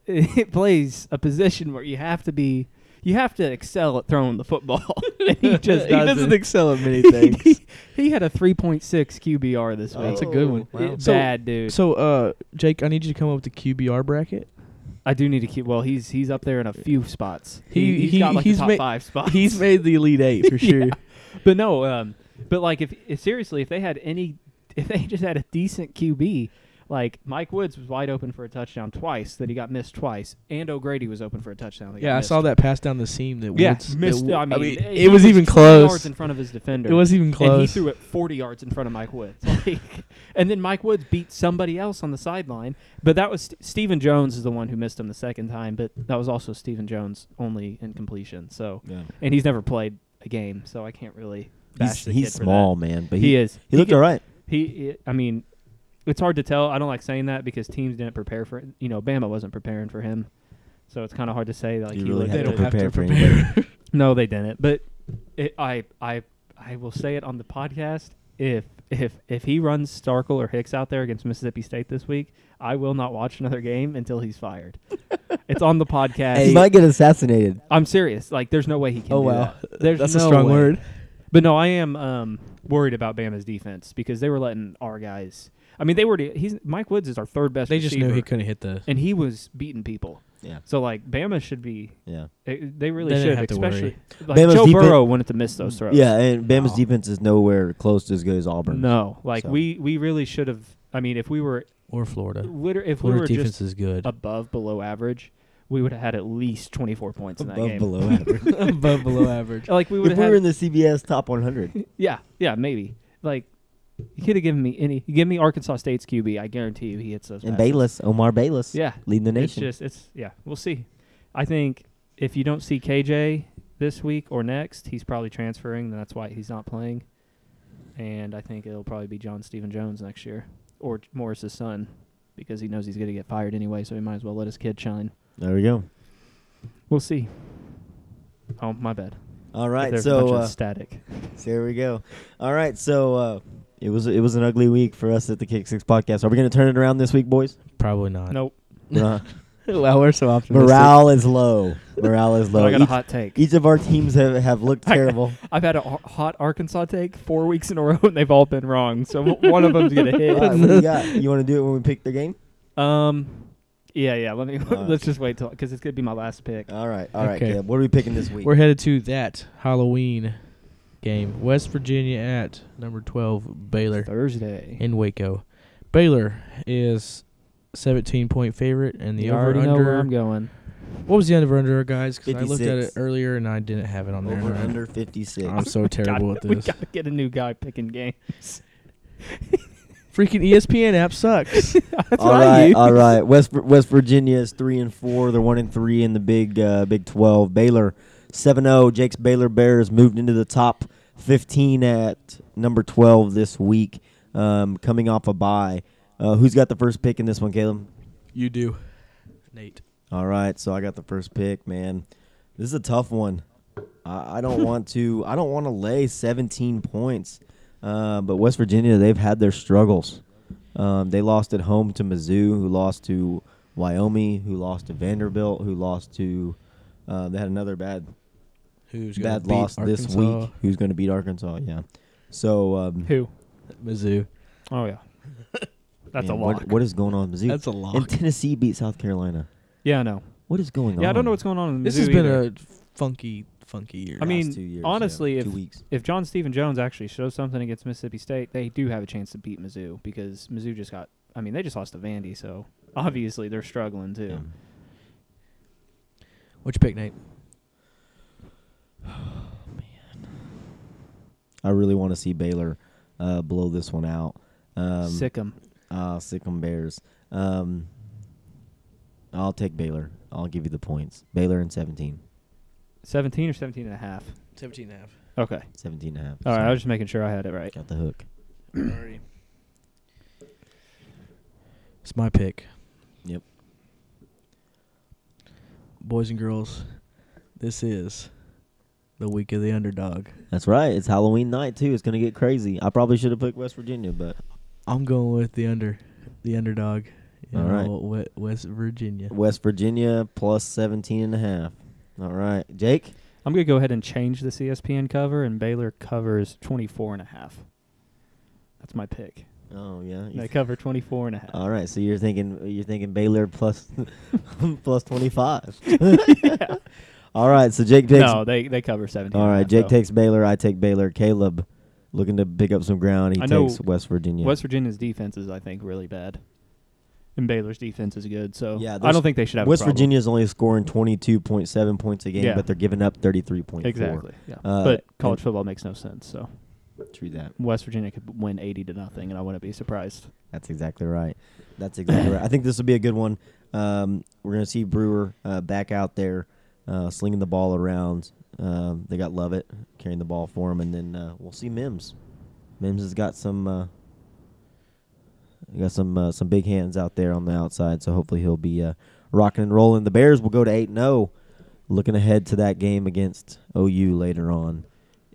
D: it plays a position where you have to be, you have to excel at throwing the football. *laughs* and he
C: *laughs*
D: just
C: he doesn't
D: doesn't. *laughs*
C: excel at *laughs* many
D: He,
C: things. Oh,
D: had a 3.6 QBR this week.
C: That's a good one.
B: Oh, Wow.
D: It-
C: So-
D: Bad dude.
C: so, uh, Jake, I need you to come up with the QBR bracket.
D: I do need to keep. Well, he's he's up there in a few spots.
C: He-
D: has
C: he-
D: got like
C: he's
D: the top
C: ma-
D: five spots.
C: He's made the elite eight *laughs* for sure.
D: but no, um, but like if, if seriously, if they had any, if they just had a decent QB, like Mike Woods was wide open for a touchdown twice that he got missed twice, and O'Grady was open for a touchdown. That
C: Yeah, I saw that pass down the seam that
D: Yeah,
C: Woods
D: missed.
C: that
D: I mean,
C: Wo- it,
D: he
C: was even
D: 20
C: close.
D: Yards in front of his defender.
C: It was even
D: And he
C: close.
D: threw it 40 yards in front of Mike Woods. *laughs* Like, and then Mike Woods beat somebody else on the sideline. But that was St- Stephen Jones is the one who missed him the second time. But that was also Stephen Jones' only incompletion. So,
B: Yeah.
D: and he's never played a game, so I can't really bash
B: He's,
D: the
B: he's
D: kid for
B: small, man, but
D: that.
B: he
D: He is.
B: he looked
D: could-
B: all right.
D: He, he- I mean, it's hard to tell. I don't like saying that because teams didn't prepare for. it. You know, Bama wasn't preparing for him, so it's kind of hard to say. Like
B: You
D: he
B: really
D: looked
B: had
C: they
B: to
D: good.
C: don't have to
B: prepare for
D: *laughs*
C: prepare.
D: No, they didn't. But it, I, I, I will say it on the podcast. If if if he runs Starkle or Hicks out there against Mississippi State this week, I will not watch another game until he's fired. it's on the podcast.
B: He might get assassinated.
D: I'm serious. Like, there's no way he can.
B: Oh,
D: do
B: wow.
D: that. There's
C: That's
D: no
C: a strong
D: way.
C: word.
D: But no, I am um, worried about Bama's defense because they were letting our guys. I mean, they were. He's Mike Woods is our third best.
C: They just knew
D: receiver,
C: he couldn't hit the.
D: and he was beating people.
B: Yeah.
D: So like, Bama should be.
B: Yeah.
D: It, they really
C: They
D: should,
C: didn't have to worry.
D: especially like
B: Bama's
D: Joe
B: defen-
D: Burrow wanted to miss those throws.
B: Yeah, and Bama's
C: Wow.
B: defense is nowhere close to as good as Auburn.
D: No, like
B: So-
D: we we really should have. I mean, if we were
C: Or Florida.
D: liter- if we
C: Florida
D: were
C: defense
D: just
C: is good.
D: above below average, we would have had at least 24 points in that
B: above
D: game.
B: below *laughs* average.
C: Above below average.
D: Like we would
B: if
D: have
B: we
D: had
B: were in the CBS top
D: *laughs*
B: 100,
D: Yeah, yeah, maybe. Like you could have given me any. You give me Arkansas State's QB, I guarantee you he hits those.
B: and
D: passes.
B: Bayless, Omar Bayless,
D: Yeah,
B: leading the
D: it's
B: nation.
D: just it's yeah. We'll see. I think if you don't see KJ this week or next, he's probably transferring. and That's why he's not playing. And I think it'll probably be John Stephen Jones next year or J- Morris's son because he knows he's going to get fired anyway, so he might as well let his kid shine.
B: there we go.
D: We'll see. Oh, my bad.
B: All
D: If
B: right,
D: there's a bunch
B: so
D: of
B: uh,
D: static.
B: *laughs* so there we go. All right, so uh, it was it was an ugly week for us at the Kick Six Podcast. Are we going to turn it around this week, *laughs* boys?
C: Probably not.
D: *laughs* Nope.
B: We're not.
C: well, we're so optimistic.
B: Morale is low. Morale is
D: But
B: low.
D: I got a
B: Each,
D: hot take.
B: each of our teams have, have looked
D: I-
B: terrible.
D: I've had a ho- hot Arkansas take four weeks in a *laughs* row, and they've all been wrong. So one of them's gonna
B: All
D: *laughs*
B: right,
D: hit.
B: what do you got? You want to do it when we pick the game?
D: Um, yeah, yeah. Let me *laughs*
B: All right.
D: let's just wait till because it's gonna be my last pick.
B: All right, all right,
C: Okay.
B: Caleb. What are we picking this week?
C: We're headed to that Halloween game. West Virginia at number 12, Baylor
D: Thursday.
C: in Waco. Baylor is 17 point favorite, and the
D: you
C: over
D: already know where I'm
C: under.
D: going.
C: What was the over under, guys? Because I looked at it
B: 56.
C: earlier and I didn't have it on there.
B: Over
C: Right.
B: under 56.
C: I'm so terrible at
D: *laughs* We
C: this.
D: gotta get a new guy picking game. *laughs*
C: Freaking E ESPN app sucks.
D: That's
B: all
D: what I
B: right,
D: use.
B: all right. West West Virginia is three and four. They're one and three in the Big uh, Big Twelve. Baylor seven zero. Jake's Baylor Bears moved into the top fifteen at number twelve this week, um, coming off a bye. Uh, who's got the first pick in this one, Caleb?
C: you do, Nate.
B: All right, so I got the first pick, man. This is a tough one. I, I don't want to. I don't want to lay 17 points. Uh, but West Virginia, they've had their struggles. Um, they lost at home to Mizzou, who lost to Wyoming, who lost to Vanderbilt, who lost to uh, they had another bad
C: Who's gonna
B: bad
C: beat
B: loss this week.
C: Arkansas?
B: Who's going to beat Arkansas? Yeah. So um,
D: Who?
C: Mizzou.
D: Oh yeah, that's a
B: man,
D: lot.
B: What, what is going on, Mizzou?
C: That's a lock.
B: and Tennessee beat South Carolina.
D: yeah, I know.
B: What is going on?
D: Yeah, I don't know what's going on in
C: This
D: Mizzou
C: has been
D: either.
C: a funky, funky year.
D: I mean, honestly,
B: yeah,
D: if-
B: two weeks.
D: if John Stephen Jones actually shows something against Mississippi State, they do have a chance to beat Mizzou because Mizzou just got. I mean, they just lost to Vandy, so obviously they're struggling too.
B: Yeah.
C: what you pick, Nate?
B: I really want to see Baylor uh, blow this one out. Um,
D: Sick 'em.
B: Ah, Sikkim Bears. Um, I'll take Baylor. I'll give you the points. Baylor in 17.
D: 17 or 17 and a half.
C: Seventeen and a half. *clears throat*
D: Okay.
B: 17 and a half.
D: All right, I
B: So,
D: was just making sure I had it right.
B: Got the hook.
C: Alrighty. It's my pick.
B: Yep.
C: Boys and girls, this is the week of the underdog.
B: That's right. It's Halloween night, too. It's going to get crazy. I probably should have picked West Virginia, but
C: I'm going with the under, the underdog. in
B: All right.
C: all we- West Virginia.
B: West Virginia plus 17 and a half. All right. Jake?
D: I'm going to go ahead and change the CSPN cover, and Baylor covers 24 and a half. That's my pick.
B: Oh, yeah. You
D: They
B: th-
D: cover 24 and a half.
B: All right. So you're thinking you're thinking Baylor plus *laughs* plus
D: *laughs*
B: 25. *laughs* All right. So Jake takes
D: no, they, they cover 17.
B: All
D: and a
B: right,
D: half,
B: Jake
D: though.
B: takes Baylor. I take Baylor. Caleb looking to pick up some ground. He
D: I know
B: takes West Virginia.
D: West Virginia's defense is, I think, really bad. And Baylor's defense is good, so
B: Yeah,
D: I
B: there's-
D: don't think they should have a
B: West
D: problem.
B: Virginia's only scoring 22.7 points a game,
D: Yeah.
B: but they're giving up 33.4.
D: Exactly. Yeah.
B: Uh,
D: but college football makes no sense, so
B: True that.
D: West Virginia could win 80 to nothing, and I wouldn't be surprised.
B: That's exactly right. That's exactly right. I think this will be a good one. Um, we're going to see Brewer uh, back out there uh, slinging the ball around. Um, they got Lovett carrying the ball for him, and then uh, we'll see Mims. Mims has got some uh, got some uh, some big hands out there on the outside, so hopefully he'll be uh, rocking and rolling. The Bears will go to eight and zero, looking ahead to that game against OU later on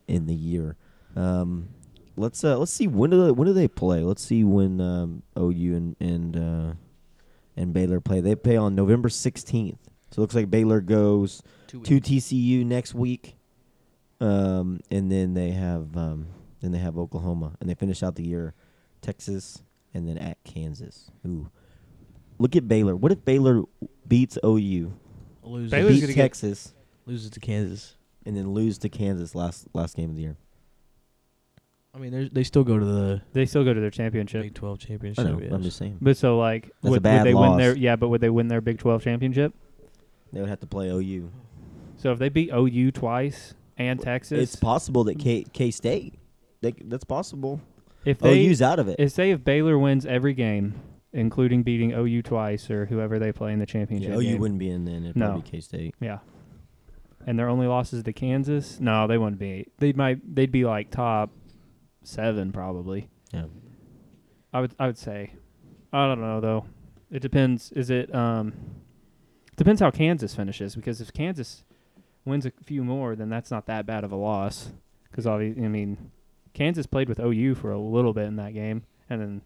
B: in the year. Um, let's uh, let's see when do they, when do they play? Let's see when um, OU and and uh, and Baylor play. They play on November sixteenth. So it looks like Baylor goes to TCU next week, um, and then they have um, then they have Oklahoma, and they finish out the year Texas, and then at Kansas. Ooh, look at Baylor. What if Baylor beats OU,
C: Loses,
D: Baylor's
C: Baylor's
B: beats
D: gonna get-
B: Texas,
C: loses to Kansas.
B: and then lose to Kansas last last game of the year?
C: I mean, they're- they still go to the
D: They still go to their championship.
C: Big 12
B: I
C: championship.
B: know.
C: yes.
B: I'm just saying
D: But so like
B: a
D: would, would
B: bad
D: they win
B: loss.
D: their yeah, but would they win their Big 12 championship?
B: they would have to play OU.
D: So if they beat OU twice and Texas,
B: It's possible that K K State. They, c- that's possible.
D: if they
B: OU's out of it.
D: if say if Baylor wins every game, including beating OU twice or whoever they play in the championship
B: Yeah, OU
D: game,
B: Oh, wouldn't be in then. It'd
D: No.
B: probably be K State.
D: yeah, and their only losses to Kansas, no, they wouldn't be. They might they'd be like top seven probably.
B: Yeah.
D: I would I would say, I don't know though. It depends. Is it um, depends how Kansas finishes because if Kansas wins a few more, then that's not that bad of a loss. Because obviously, I mean, Kansas played with OU for a little bit in that game, and then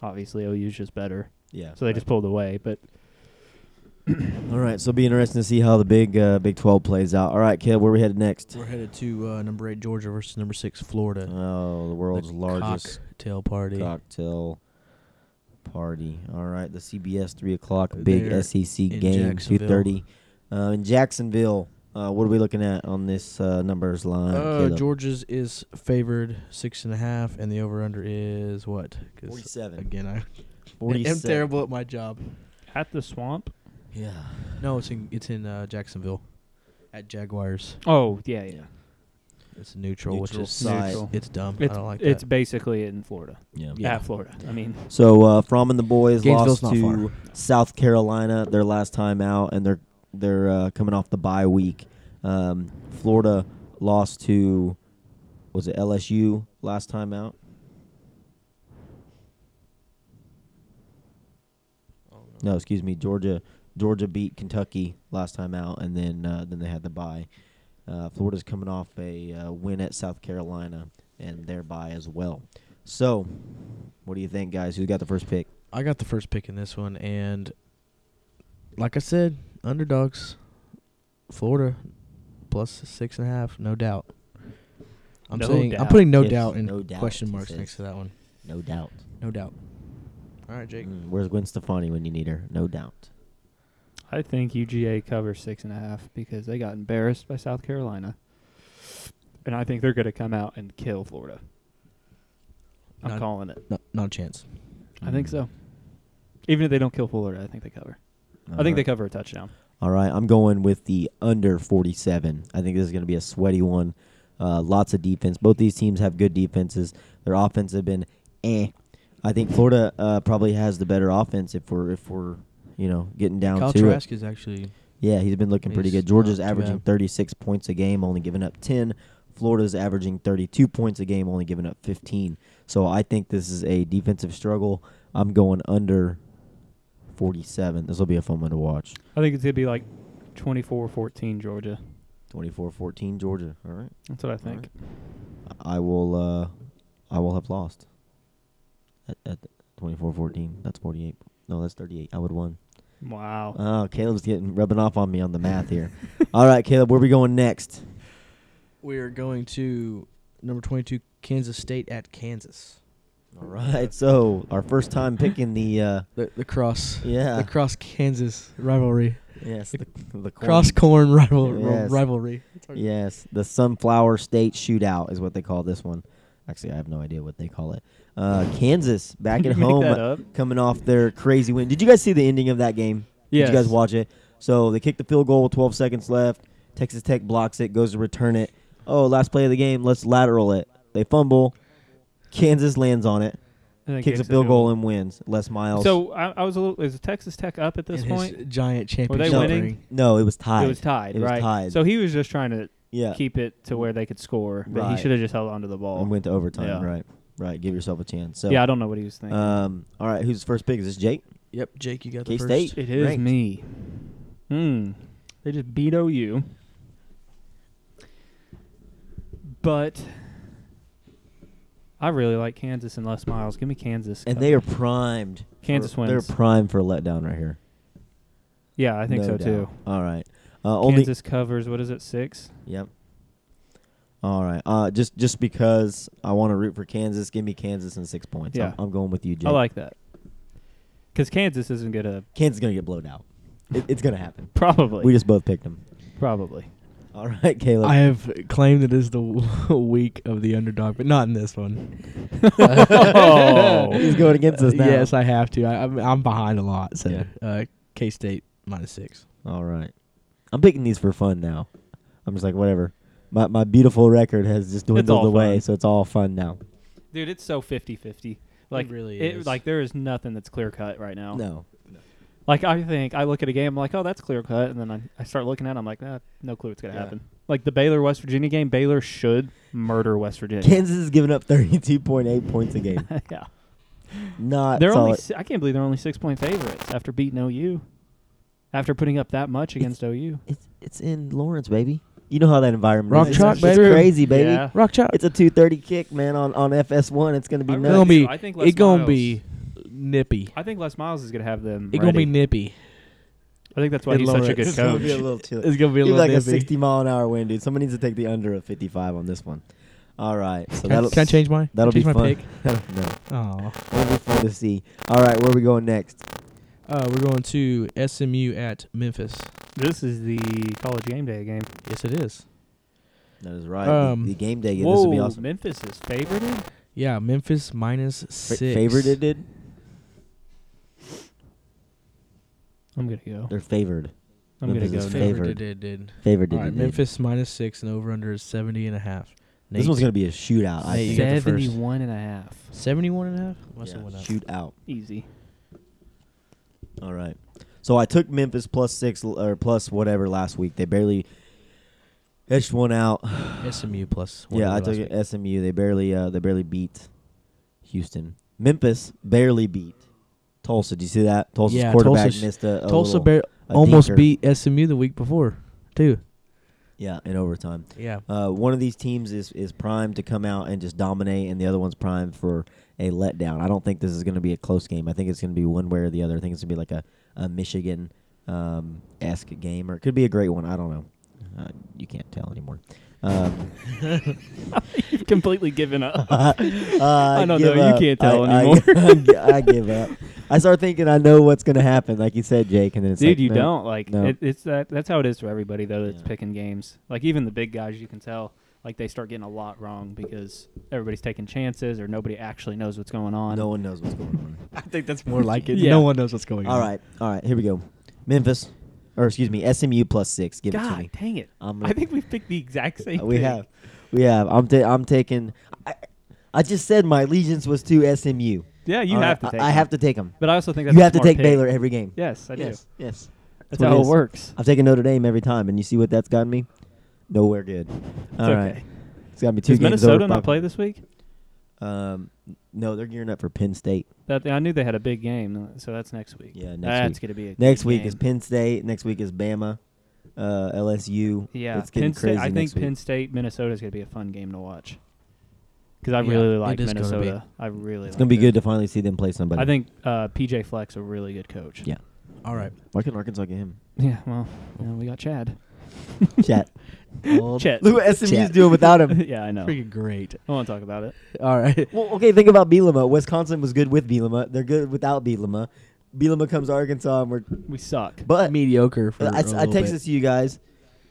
D: obviously OU's just better,
B: Yeah.
D: so they just pulled away. But
B: All right. So it'll be interesting to see how the big uh, Big Twelve plays out. All right, kid. Where we headed next?
C: We're headed to uh, number eight Georgia versus number six Florida.
B: Oh, the world's
C: The
B: largest
C: cocktail party.
B: cocktail party. All right. The CBS three o'clock
C: Uh,
B: big
C: they're
B: SEC
C: in
B: game two
C: Jacksonville.
B: thirty uh, in Jacksonville. Uh, what are we looking at on this uh, numbers line?
C: Uh,
B: Caleb?
C: Georgia's is favored six and a half, and the over under is what? 'Cause,
B: Forty-seven.
C: again, I *laughs* am
B: 47.
C: terrible at my job.
D: at the swamp,
B: Yeah.
C: No, it's in it's in uh, Jacksonville, at Jaguars.
D: oh yeah, yeah,
B: Yeah.
C: It's neutral,
B: Neutral
C: which is
B: site.
D: Neutral.
C: it's dumb.
D: it's
C: I don't like
D: it's
C: that.
D: basically in Florida,
B: Yeah.
C: Yeah.
D: at Florida. I mean,
B: So uh, Fromm and the boys lost
C: Gainesville's not
B: to
C: far.
B: South Carolina their last time out, and they're they're uh, coming off the bye week. Um, Florida lost to was it LSU last time out? No, excuse me. Georgia Georgia beat Kentucky last time out, and then uh, then they had the bye. Uh, Florida's coming off a uh, win at South Carolina and their bye as well. So, what do you think, guys? Who's got the first pick?
C: I got the first pick in this one, and like I said, underdogs, Florida, plus six and a half, no doubt. I'm
D: No
C: saying I'm
D: doubt.
C: putting no
B: Yes,
C: doubt in
B: no doubt,
C: question
B: he
C: marks
B: says.
C: next to that one.
B: No doubt.
C: No doubt. All right, Jake.
B: Mm, where's Gwen Stefani when you need her? No doubt.
D: I think UGA covers six and a half because they got embarrassed by South Carolina, and I think they're going to come out and kill Florida. I'm
C: Not-
D: calling it.
C: No, not a chance.
B: Mm.
D: I think so. Even if they don't kill Florida, I think they cover. I think they cover a touchdown.
B: All Mm. right, I'm going with the under 47. I think this is going to be a sweaty one. Uh, lots of defense. Both these teams have good defenses. Their offense have been eh. I think Florida uh, probably has the better offense if we're if we're you know getting down
C: Kyle
B: to it.
C: Trask is actually
B: Yeah, he's been looking pretty
C: He's
B: good. Georgia's
C: not too
B: averaging
C: bad.
B: 36 points a game, only giving up 10. Florida's averaging 32 points a game, only giving up 15. So I think this is a defensive struggle. I'm going under 47. This will be a fun one to watch.
D: I think it's going to be like 24-14 Georgia.
B: 24-14 Georgia. All right.
D: That's what I think.
B: I will uh I will have lost. At, at 24-14. That's 48. No, that's 38. I would have won.
D: Wow. *laughs*
B: Oh, Caleb's getting rubbing off on me on the math here. All right, Caleb, where we going next?
C: we are going to number 22 Kansas State at Kansas.
B: All right. So, our first time picking the uh
C: The the cross
B: yeah.
C: the cross Kansas rivalry.
B: yes, the, the corn-
C: Cross corn rival
B: Yes.
C: rivalry.
B: Yes, the Sunflower State Shootout is what they call this one. Actually, I have no idea what they call it. Uh, Kansas back
D: Did
B: at
D: you *laughs* make
B: home, uh,
D: that up?
B: coming off their crazy win. Did you guys see the ending of that game? Did you guys
D: Yes.
B: watch it? So they kick the field goal with 12 seconds left. Texas Tech blocks it, goes to return it. Oh, last play of the game, let's lateral it. They fumble. Kansas lands on it,
D: And then
B: kicks a
D: kicks the
B: field goal and wins. Les Miles.
D: So I, I was a little. Is Texas Tech up at this
C: And his
D: point?
C: giant
D: Were they
C: championship.
D: winning?
C: ring.
B: no, it was tied.
D: It was tied,
B: It was
D: right?
B: tied.
D: So he was just trying to
B: yeah,
D: keep it to where they could score, but
B: Right.
D: he should have just held onto the ball.
B: and went to overtime.
D: Yeah.
B: Right, right. Give yourself a chance. So
D: yeah, I don't know what he was thinking.
B: Um. All right. Who's the first pick? Is this Jake?
C: Yep, Jake, you got
B: K
C: the first.
B: State.
D: it is
B: ranked.
D: me. Hmm. They just beat OU. But I really like Kansas and Les Miles. Give me Kansas.
B: And they are primed.
D: Kansas
B: for,
D: wins.
B: They're primed for a letdown right here.
D: yeah, I think
B: No
D: so
B: doubt.
D: too.
B: All right. Uh, only.
D: Kansas covers. What is it? Six.
B: Yep. All right. Uh, just just because I want to root for Kansas, give me Kansas and six points. I'm-
D: Yeah.
B: I'm, going with you, Jake.
D: I like that because Kansas isn't gonna
B: Kansas is gonna get blown
D: *laughs*
B: out. It, it's gonna happen.
D: probably.
B: We just both picked them.
D: probably.
B: All right, Caleb.
C: I have claimed it is the *laughs* week of the underdog, but not in this one. *laughs*
B: He's going against us now.
C: Oh. Yes, I have to. I, I'm, I'm behind a lot, so
B: Yeah.
C: uh, K State minus six.
B: All right. I'm picking these for fun now. I'm just like whatever. My my beautiful record has just dwindled
D: all
B: away,
D: fun.
B: so it's all fun now.
D: Dude, it's so 50-50. Like
C: really
D: it-
C: is.
D: like there is nothing that's clear cut right
C: Oh.
D: now.
B: No.
D: Like I think I look at a game, I'm like, oh, that's clear cut, and then I, I start looking at, it, I'm like, nah, no clue what's gonna
B: Yeah.
D: happen. Like the Baylor West Virginia game, Baylor should murder West Virginia.
B: Kansas is giving up *laughs* 32.8 points a
C: *laughs*
B: game.
D: *laughs* yeah,
B: Not
D: they're only
B: solid.
D: si- I can't believe they're only six point favorites after beating OU, after putting up that much against OU.
B: It's, it's in Lawrence, baby. You know how that environment
C: Rock
B: is.
C: chalk,
B: it's
C: baby.
B: crazy, baby.
D: Yeah.
C: Rock Chalk.
B: It's a 230 kick, man, on, on FS1. It's going to be
D: I
C: It's
D: really
B: nuts.
C: gonna be.
D: I think Les
C: It gonna
D: Miles-
C: be nippy.
D: I think Les Miles is gonna have them.
C: It gonna be
D: ready.
C: nippy.
D: I think that's why
C: in
D: he's such a
C: Lawrence.
D: good
B: It's gonna *laughs* be a
D: coach.
B: little too.
C: It's gonna be a
B: It'll be
C: little
B: like
C: nippy.
B: a 60 mile an hour wind, dude. Somebody needs to take the under of 55 on this one. All right. So
C: Can, I,
B: that'll, *laughs*
C: can I change my?
B: That'll
C: change
B: be
C: my
B: fun.
C: pick?
B: no,
C: Oh,
B: that'll be fun to see. All right, where are we going next?
C: uh, we're going to SMU at Memphis.
D: This is the college game day game.
C: Yes, it is.
B: That is right.
C: Um,
B: the, the game day.
D: Whoa,
B: this would be awesome.
D: Memphis is favored.
C: Yeah, Memphis minus
B: Fa-
C: six.
B: favorited?
D: I'm gonna go.
B: They're favored.
D: I'm gonna
B: Memphis
D: go.
B: is
D: Nick.
B: favored.
C: Favorited.
B: Favored.
C: All right, Memphis minus six and over under is 70 and a half.
B: This one's going to be a shootout. I
C: Nate, you
B: think.
C: got the first.
D: 71 and a half.
C: 71 and a half? Must have went
B: Yeah,
C: up.
B: shoot out.
D: Easy. *laughs*
B: All right. So I took Memphis plus six l- or plus whatever last week. They barely etched one out.
C: SMU plus one.
B: yeah,
C: over
B: I
C: last
B: took
C: week.
B: SMU. They barely uh, they barely beat Houston. Memphis barely beat Tulsa. Did you see that? Tulsa's
C: Yeah,
B: quarterback
C: Tulsa's-
B: missed a, a
C: Tulsa
B: little-
C: Bear
B: a
C: almost
B: dinker.
C: beat SMU the week before, too.
B: Yeah, in overtime.
C: Yeah. *laughs*
B: Uh, one of these teams is is primed to come out and just dominate, and the other one's primed for a letdown. I don't think this is going to be a close game. I think it's going to be one way or the other. I think it's going to be like a, a Michigan um, ask a gamer. It could be a great one. I don't know. Uh, you can't tell anymore. Um,
D: You've *laughs* completely given up. *laughs*
B: uh, *laughs* I
D: don't
B: give
D: know. You
B: up.
D: can't
B: *laughs*
D: tell
B: I- I-
D: anymore.
B: I, give
D: *laughs*
B: up. I start thinking I know what's gonna happen, like you said, Jake, and then it's
D: Dude,
B: like,
D: you
B: no.
D: don't like
B: no.
D: it, it's that. That's how it is for everybody though. That's
B: Yeah.
D: picking games. Like even the big guys, you can tell like they start getting a lot wrong because everybody's taking chances or nobody actually knows what's going on.
B: No one knows what's going on.
C: I think that's more like it.
D: Yeah.
C: No one knows what's going on.
B: all right, all right. Here we go. Memphis, or excuse me, SMU plus six. Give it to
D: God
B: me.
D: dang it!
B: I'm uh,
D: I think we've picked the exact same.
B: we
D: pick.
B: have, we have. I'm ta- I'm taking. I, I just said my allegiance was to SMU.
D: Yeah, you
B: All
D: have
B: right,
D: to. Take
B: I, I
D: them.
B: have to take them.
D: But I also think that's
B: You
D: a
B: have to
D: smart
B: take
D: pick.
B: Baylor every game.
D: Yes, I do.
B: yes, yes.
D: That's
B: what
D: how
B: it
D: it
B: is.
D: works.
B: I've taken Notre Dame every time, and you see what that's gotten me? Nowhere good.
D: It's
B: All right.
D: okay.
B: it's got me two
D: Does
B: games over
D: Minnesota not
B: five-
D: play this week?
B: Um, no, they're gearing up for Penn State.
D: That I knew they had a big game, so that's next week.
B: Yeah, next
D: that's
B: week.
D: gonna be a
B: Next
D: good
B: week
D: game.
B: is Penn State. Next week is Bama, uh, LSU.
D: Yeah,
B: it's getting
D: Penn State,
B: crazy.
D: I
B: next
D: think
B: week.
D: Penn State Minnesota is going to be a fun game to watch because I
C: Yeah,
D: really
C: it
D: like
C: is gonna be.
D: Minnesota. I really.
B: It's
D: like
B: gonna be
D: it.
B: good to finally see them play somebody.
D: I think uh, PJ Fleck's a really good coach.
B: Yeah.
C: All right.
B: Why couldn't Arkansas get him?
D: *laughs* Yeah. Well, you know, we got Chad. *laughs*
B: Chat.
D: Chet.
B: Look what SMU's
C: Chat.
D: *laughs*
B: doing without him.
D: yeah, I know. I
C: Freaking great.
D: want to talk about it.
C: All right.
B: *laughs* Well, okay, think about Bielema. Wisconsin was good with Bielema. They're good without Bielema. Bielema comes to Arkansas, and we're
D: We suck.
B: but
C: Mediocre for
B: I, I
C: a little
B: text
C: bit.
B: this to you guys.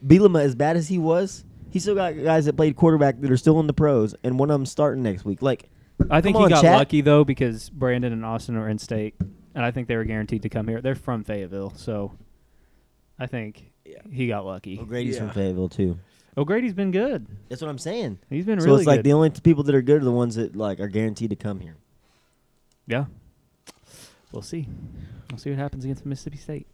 B: Bielema, as bad as he was, he still got guys that played quarterback that are still in the pros, and one of them starting next week. Like,
D: I think
B: Come
D: he
B: on,
D: got
B: Chad.
D: lucky though because Brandon and Austin are in state, and I think they were guaranteed to come here. They're from Fayetteville, so I think he got lucky.
B: O'Grady's
C: Yeah.
B: from Fayetteville too.
D: O'Grady's been good.
B: That's what I'm saying.
D: He's been
B: so
D: really
B: it's like
D: good.
B: the only t- people that are good are the ones that like are guaranteed to come here.
D: yeah. We'll see. We'll see what happens against Mississippi State.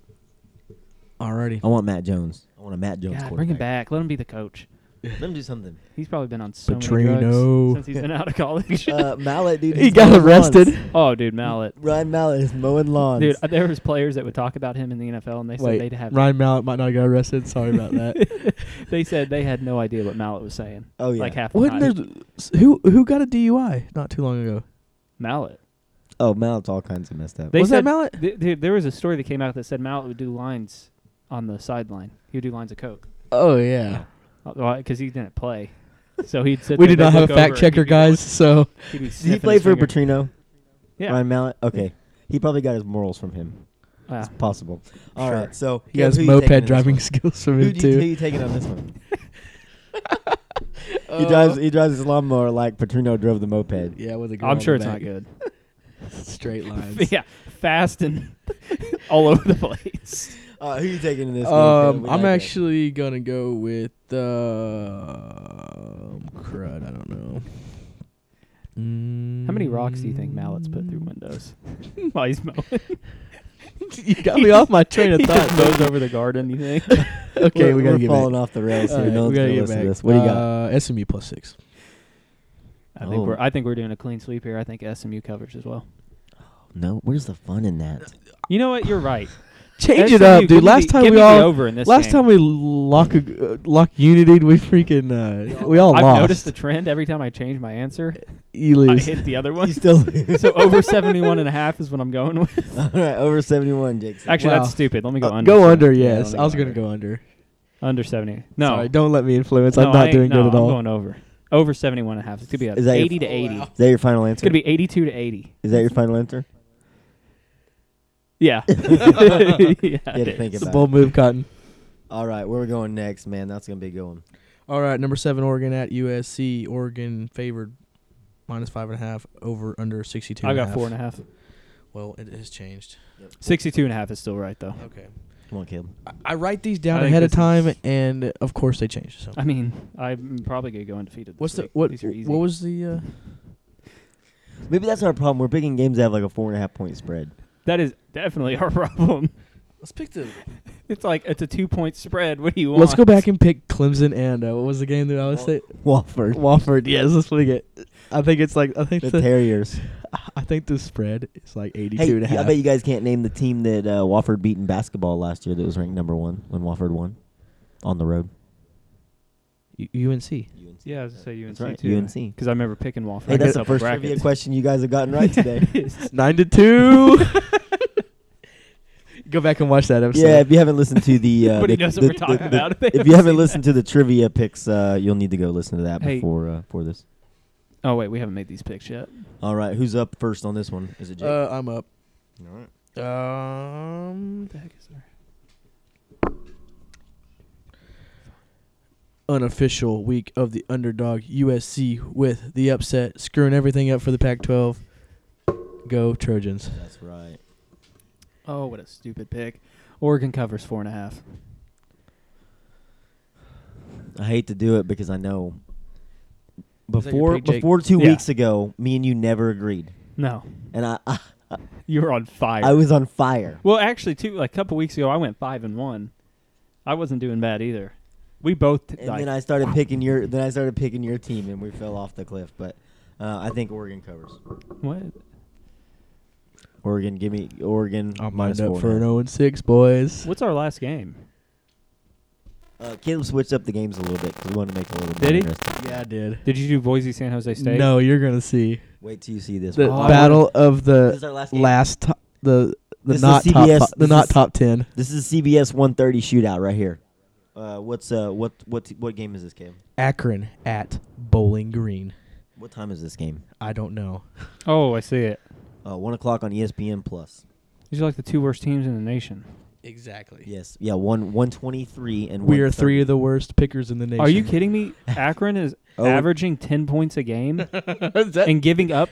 C: Alrighty.
B: I want Matt Jones. I want a Matt Jones.
D: God, bring him
B: quarterback.
D: back. Let him be the coach.
B: Let him do something.
D: He's probably been on so many
B: *laughs*
C: Petrino.
D: drugs since he's been out of college. *laughs*
B: Uh, Mallet, dude.
C: *laughs* He
B: he's
C: got
B: mowing lawns.
C: arrested.
D: oh, dude, Mallet.
B: Ryan Mallet is mowing lawns.
D: Dude, uh, there was players that would talk about him in the NFL, and they said
C: Wait,
D: they'd have.
C: Ryan Mallett might not get arrested. Sorry about that.
D: *laughs* They said they had no idea what Mallet was saying.
B: oh yeah.
D: Like half the
C: Wasn't
D: time.
C: there who who got a DUI not too long ago?
D: Mallet.
B: oh, Mallet's all kinds of messed up.
D: They
C: was
D: said-
C: that Mallet?
D: Th- Dude, there was a story that came out that said Mallet would do lines on the sideline. He would do lines of coke
C: Oh yeah.
D: because he didn't play. So he'd sit.
C: *laughs* We
D: there,
C: did not
D: they'd
C: have a
D: look over,
C: fact
D: and
C: checker,
D: he'd be like-
C: guys. So
D: he'd
B: Did
D: be
B: he
D: sniffing
B: play
D: his
B: for
D: finger.
B: Petrino?
D: Yeah.
B: Ryan Mallet. Okay, he probably got his morals from him.
D: Yeah.
B: It's possible. All
C: Sure.
B: right, so
C: *laughs* he
B: Gabe,
C: has
B: who you taking in
C: moped
B: this
C: driving
B: one?
C: skills from
B: Who
C: him
B: do you, who
C: too.
B: you taking on this
C: *laughs*
B: one? he drives. He drives his lawnmower like Petrino drove the moped.
C: Yeah, with a girl
D: I'm
C: on
D: sure
C: the
D: it's not
C: back.
D: good.
C: Straight lines.
D: *laughs* yeah, fast and *laughs* all over the place.
B: Uh, who you taking in this? one? 'Cause
C: Um,
B: we
C: I'm
B: like it.
C: actually gonna go with um crud. I don't know.
D: How many rocks do you think mallets put through windows *laughs* while he's mowing?
C: *laughs* you got me off my train *laughs* of
D: He *laughs* just
C: thought.
D: mows over the garden. You think?
C: okay,
B: we're,
C: we gotta
B: we're
C: get back.
B: falling off the rails here.
C: Alright,
B: no
C: we
B: one's
C: gotta
B: gonna
C: get
B: listen
C: back.
B: to this. What do you got?
C: Uh, SMU plus six.
D: I think
B: Oh.
D: we're. I think we're doing a clean sweep here. I think SMU covers as well.
B: No, where's the fun in
C: *laughs*
B: that?
D: You know what? You're right.
C: Change it
D: SMU,
C: up,
D: give
C: dude.
D: me
C: Last
D: the-
C: time
D: give
C: we
D: me the
C: all
D: over in this
C: last
D: game.
C: time we lock a, uh, lock unity, we freaking uh, we all
D: I've
C: lost.
D: noticed the trend every time I change
C: *laughs*
D: my answer.
C: you
D: I
C: lose.
D: hit the other one.
B: You still
D: so over 71 and a half is what I'm
C: *laughs*
D: going
B: *laughs*
D: with.
B: all right over seventy-one, Jason.
D: Actually,
C: Wow.
D: that's stupid. Let me go
B: Uh,
C: *laughs*
D: under.
C: Go
D: seven.
C: under,
D: Yeah,
C: yes.
D: let me
C: I was gonna go under.
D: under 70. No,
C: Sorry, don't let me influence.
D: No,
C: I'm
D: I
C: not
D: ain't-
C: doing
D: no,
C: good at all.
D: I'm going over. Over 71 and a half. It's gonna be a
B: Is that your-
D: 80 to 80.
B: Is that your final
D: It's
B: answer?
D: gonna be 82
C: *laughs*
D: to 80.
B: Is that your final
D: *laughs*
B: answer? *laughs*
D: Yeah. *laughs* yeah.
B: You had
D: *laughs* it
B: to think
D: is.
C: It's a
B: about.
C: bold
B: It.
C: move, Cotton.
B: All right, where we going next, man? That's gonna be a good one.
C: All right, number seven, Oregon at USC. Oregon favored minus five and a half over under sixty two.
D: I've got four and a half.
C: Well, it has changed.
D: 62 and a half is still right though.
C: Okay.
B: Come on, Caleb.
C: I, I write these down
D: I think
C: ahead of
D: this
C: time,
D: is-
C: and of course they changed. So
D: I mean, I'm probably gonna go undefeated. This
C: what's the
D: week.
C: what?
D: These are easy.
C: What was the? Uh,
B: Maybe that's our problem. We're picking games that have like a four and a half point spread.
D: that is definitely *laughs* our problem.
C: let's pick the.
D: It's like it's a two point spread. What do you want?
C: Let's go back and pick Clemson and uh, what was the game that I was
B: Wa-
C: say?
B: Wofford,
C: Wofford. Yes, let's pick it. I think it's like I think
B: the
C: the,
D: *laughs*
B: Terriers.
C: I think the spread is like eighty
B: Hey,
C: two and a
B: y-
C: half.
B: I bet you guys can't name the team that uh, Wofford beat in basketball last year that was ranked number one when Wofford won on the road.
C: U-
B: UNC.
C: UNC.
D: Yeah, I was gonna say UNC
B: That's right,
D: too.
B: UNC.
D: Because I remember picking Wofford.
B: Hey, that's the
D: Double
B: first
D: brackets.
C: *laughs*
D: *laughs*
B: trivia question you guys have gotten right today.
C: Nine to two. *laughs* Go back and watch that episode.
B: Yeah, if you haven't listened to
D: *laughs*
B: the, uh,
D: But he
B: the-
D: knows what
B: the-
D: we're
B: the-
D: talking
B: the-
D: about. *laughs*
B: if you haven't listened to the trivia picks, uh, you'll need to go listen to that
D: Hey.
B: before uh, for this.
D: oh wait, we haven't made these picks yet.
B: All right, who's up first on this one? Is it Jake?
C: Uh, I'm up.
B: All right.
C: Um,
D: What the heck is there?
C: unofficial week of the underdog USC with the upset, screwing everything up for the Pac-12. Go Trojans.
B: That's right.
D: Oh, what a stupid pick. Oregon covers four and a half.
B: I hate to do it because I know.
C: that your
B: Before
C: pick, Jake?
B: before two
D: Yeah.
B: weeks ago, me and you never agreed,
D: No,
B: and I I,
D: you were on fire.
B: I was on
D: *laughs*
B: fire.
D: well, actually, too. Like a couple weeks ago, I went five and one. I wasn't doing bad either. We both.
B: And then I started picking your then I started picking your team, and we fell off the cliff. But uh, I think Oregon covers.
D: what?
B: Oregon, give me Oregon
C: I'm
B: minus
C: lined up
B: four
C: for
B: and a
C: an
B: half.
C: 0 and 6, boys.
D: What's our last game?
B: Uh, Caleb switched up the games a little bit 'cause we wanted to make it a little bit.
D: Did he?
B: interesting.
C: Yeah, I did.
D: Did you do Boise San Jose State?
C: No, you're gonna see
B: Wait till you see this.
C: the
B: one.
D: Oh, I
C: battle
B: this
C: of the
B: is our last game.
C: last to- the the
B: This is
C: not top
B: CBS
C: fi- the
B: this
C: not
B: is-
C: top ten.
B: This is a CBS 130 shootout right here. Uh, what's uh what what what game is this game?
C: Akron at Bowling Green.
B: What time is this game?
C: I don't know.
D: Oh, I see it.
B: Uh, one o'clock on ESPN Plus.
D: These are like the two worst teams in the nation.
C: Exactly.
B: Yes, yeah, one one twenty three and
C: We are
B: 1:30.
C: three of the worst pickers in the nation.
D: Are you kidding me? Akron is
B: Oh,
D: averaging ten points a
C: *laughs*
D: game
C: is, that,
D: and giving up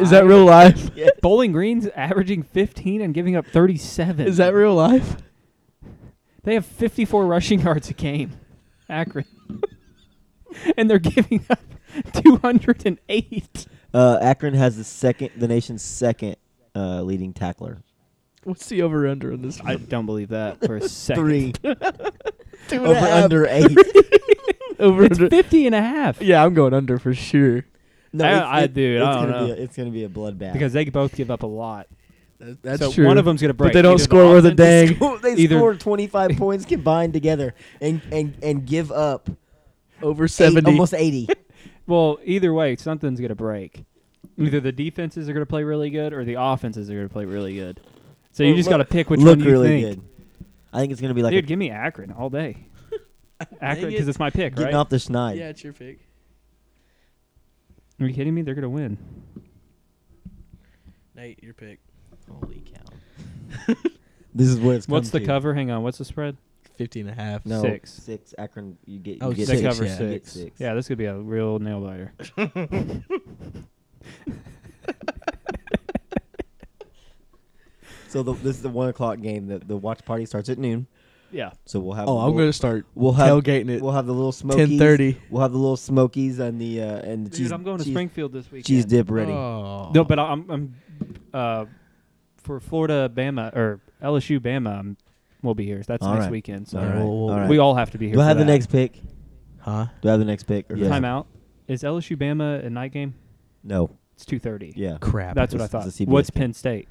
C: *laughs* is that real
D: *laughs*
C: life?
D: Bowling Green's averaging fifteen and giving up thirty-seven.
C: Is that real life?
D: They have 54 rushing yards a game, Akron, *laughs* and they're giving up 208.
B: Uh, Akron has the second, the nation's second uh, leading tackler.
C: *laughs* What's the over under on *laughs* this?
D: I don't believe that
B: *laughs*
D: for a second. *laughs*
B: Three
C: Two and a
B: over
C: half.
B: under eight.
C: over
D: It's
C: under.
D: 50 and a half.
C: Yeah, I'm going under for sure.
B: No,
D: I-
B: it's-
D: I-
B: it-
D: dude,
B: it's
D: I don't
B: gonna be
D: know.
B: a, it's gonna be a bloodbath
D: Because they both give up a lot.
C: That's
D: so
C: true.
D: one of them's going to break.
C: but they don't
D: Either the
C: score worth a
D: offense is-
C: dang.
B: they
D: Either-
B: scored 25 points combined together and and and give up eight-
C: *laughs* Over seventy.
B: almost 80
D: Well, either way, something's going to break. Either the defenses are going to play really good or the offenses are going to play really good. So you
B: Well,
D: just
B: look-
D: got to pick which
B: look
D: one you
B: really
D: think.
B: good i think it's going to be like
D: Dude,
B: a,
D: give me Akron
B: *laughs*
D: all day. Akron,
C: it.
D: because it's my pick,
B: getting
D: right?
B: off the schneid
C: Yeah, it's your pick.
D: Are you kidding me? They're going to win.
C: Nate, your pick.
B: holy cow this is what it's
D: What's
B: come
D: the
B: to.
D: cover? Hang on. What's the spread?
C: Fifty and a half.
B: no
D: Six.
B: six akron you get
C: Oh,
B: you get
D: They
C: six,
D: cover
C: yeah.
B: You get
D: six.
B: six.
D: Yeah, this could be a real nail biter.
B: so the, this is the one o'clock game that the watch party starts at noon
D: yeah.
B: so we'll have
C: Oh, I'm
B: we'll,
C: gonna start
B: we'll have
C: tailgating it.
B: we'll have the little smokies
C: 10:30.
B: we'll have the little smokies and the uh and the
D: Dude,
B: cheese
D: I'm going to
B: cheese-
D: Springfield this weekend.
B: cheese dip ready
C: Oh.
D: No, but I'm I'm uh for Florida Bama or LSU Bama I'm, we'll be here. That's
B: All
D: next
B: right.
D: weekend. So
B: all right,
C: we'll- we'll-
B: all right.
D: we all have to be here.
B: do i
D: for
B: have the
D: that.
B: next pick
C: huh?
B: do i have the next pick or
C: Yeah.
B: does-
D: timeout? Is LSU Bama a night game?
B: no
D: It's 2:30.
B: yeah
C: Crap.
D: That's what I
B: It's-
D: thought.
B: it's a CBS
D: What's
B: game.
D: Penn State?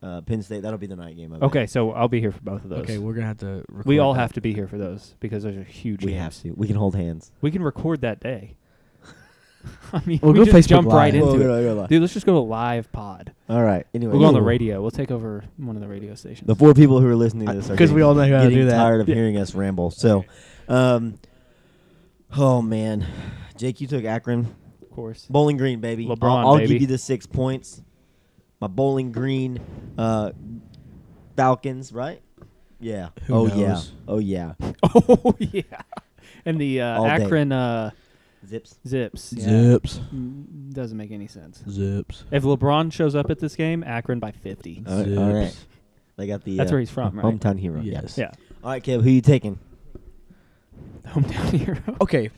B: Uh, Penn State. That'll be the night game. I bet.
D: Okay, so I'll be here for both of those.
C: okay. We're gonna have to. Record
D: we all
C: that.
D: have to be here for those because those are huge.
B: we
D: games.
B: have to. We can hold hands.
D: We can record that day. *laughs* I mean,
C: We'll
D: we
C: go
D: just
C: Facebook
D: jump right
C: Live.
D: into
B: Whoa,
D: it.
B: whoa, whoa, whoa.
D: Dude, let's just go to live pod.
B: All right. Anyway,
D: We'll go on the
B: Ooh.
D: radio. We'll take over one of the radio stations.
B: The four people who are listening to this are
C: Because we all know how to
B: getting
C: do that.
B: tired of
D: Yeah.
B: hearing us ramble. So, um, oh man, Jake, you took Akron
D: of
C: *laughs*
D: course. *laughs*
B: Bowling Green, baby. I'll-
D: LeBron,
B: I'll,
D: baby.
B: give you the six points. My Bowling Green uh, Falcons, right? Yeah.
C: Who
B: oh yeah.
C: knows?
B: Oh yeah.
D: oh yeah. And the uh,
B: All day.
D: Akron uh,
B: Zips.
D: Zips. yeah.
C: Zips.
D: Mm, Doesn't make any sense.
C: Zips.
D: If LeBron shows up at this game, Akron by 50.
C: Uh,
B: All right. All right. They got the. uh,
D: That's where he's from, right?
B: Hometown hero. Yeah.
C: Yes.
D: Yeah.
B: All right, Kev. Who you taking?
D: Hometown *laughs* hero.
C: Okay.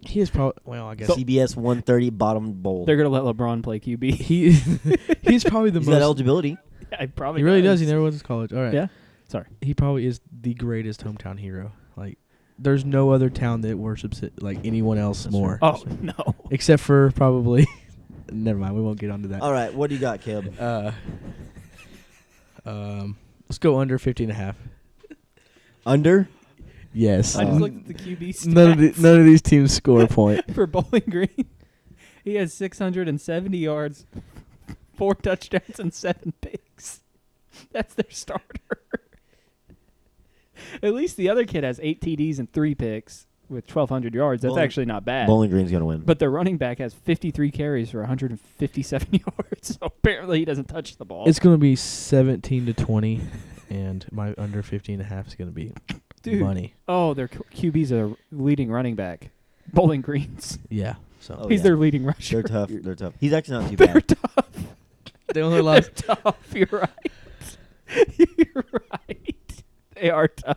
C: He is probably. Well, I guess he,
B: CBS 130 bottom bowl.
D: They're going to let LeBron play QB. *laughs*
C: he *laughs* *laughs* he's probably the
B: He's got
C: most. *laughs*
B: eligibility.
D: I probably
C: he really does. He never went to college. All right.
D: Yeah. Sorry.
C: He probably is the greatest hometown hero. Like, there's no other town that worships it like anyone else more,
D: Oh, no.
C: except for probably. *laughs* never mind. We won't get onto that.
B: All right, what do you got, Caleb?
C: Uh. *laughs* Um. Let's go under 50 and a half.
B: Under?
C: Yes.
D: I just
B: Um,
D: looked at the QB stats.
C: none of the, none of these teams score *laughs* a point.
D: *laughs* for Bowling Green. He has 670 yards, four touchdowns, and seven picks. *laughs* That's their starter. *laughs* At least the other kid has eight TDs and three picks with 1,200 yards. That's
B: Bowling-
D: actually not bad.
B: Bowling Green's gonna win.
D: But their running back has 53 carries for 157 *laughs* yards. So apparently he doesn't touch the ball.
C: It's going to be 17 to 20, and my under 15 and a half is going to be
D: Dude.
C: money.
D: Oh, their Q- QB's a leading running back. Bowling Greens.
C: Yeah. So *laughs*
B: Oh,
D: He's
B: yeah.
D: their leading
B: they're
D: rusher. *laughs*
B: tough. They're tough. He's actually not too
D: They're
B: bad.
D: tough.
C: they only *laughs*
D: *laughs*
C: lost.
D: They're tough. You're right. *laughs* You're right. They are tough.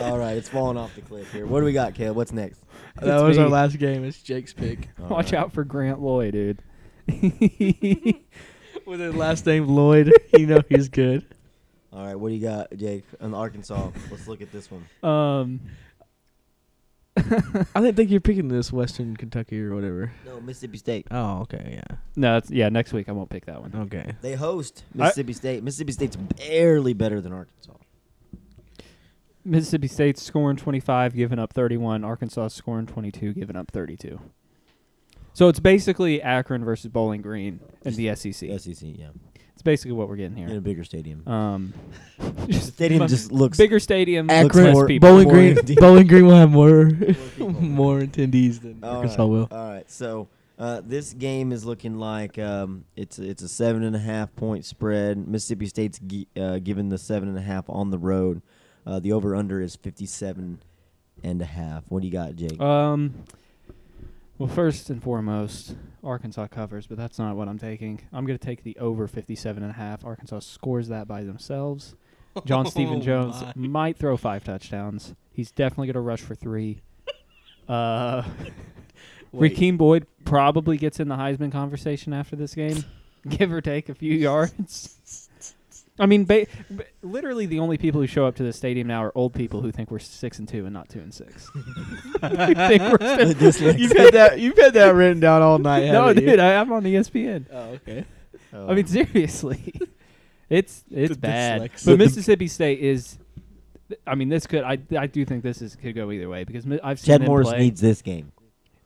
B: All right, it's falling off the cliff here. What do we got, Caleb? What's next?
C: that
D: It's
C: was our
D: me.
C: last game. It's Jake's *laughs* pick
B: All
D: Watch
B: right.
D: out for Grant Loy, dude.
C: with his last name Lloyd. you know he's good.
B: All right, what do you got, Jake? On Arkansas. Let's look at this one.
D: um,
C: I didn't think you're picking this Western Kentucky or whatever.
B: No, Mississippi State.
C: Oh, okay, yeah,
D: no, it's, yeah, next week I won't pick that one.
C: okay.
B: They host Mississippi State. Mississippi State's barely better than Arkansas.
D: Mississippi State's scoring 25, giving up 31. Arkansas scoring 22, giving up 32. So it's basically Akron versus Bowling Green in the SEC.
B: SEC, E yeah,
D: It's basically what we're getting
B: in a
D: here.
B: bigger stadium.
D: Um, *laughs*
B: The stadium just looks
D: bigger stadium,
B: Looks
D: less
C: Akron,
B: more-
D: people.
C: Bowling
B: more
C: Green,
B: indeed.
C: Bowling Green will have *laughs* more,
B: people.
C: more attendees than
B: All
C: Arkansas
B: right,
C: *laughs* will.
B: All right, so uh, this game is looking like um, it's it's a seven and a half point spread. Mississippi State's gi- uh, given the seven and a half on the road. Uh, the over under is fifty seven and a half. What do you got, Jake?
D: Um, well, first and foremost, Arkansas covers, but that's not what I'm taking. I'm going to take the over 57 and a half. Arkansas scores that by themselves. John Stephen Jones might throw five touchdowns. He's definitely going to rush for three. Uh, Raheem Boyd probably gets in the Heisman conversation after this game, *laughs* give or take a few yards. I mean, ba- ba- literally the only people who show up to the stadium now are old people who think we're six and two and not two and six. You think we're still-
B: The
C: *laughs*
B: dyslexia.
C: you've had that, you've had that written down *laughs* all night.
D: no,
C: haven't you?
D: dude, I, I'm on E ESPN.
C: Oh, okay.
B: Oh.
D: I mean, seriously, *laughs* it's it's
C: The
D: bad.
C: dyslexia.
D: But Mississippi State is. I mean, this could I I do think this is could go either way because mi- I've seen
B: Chad
D: them
B: Morris
D: play.
B: needs this game.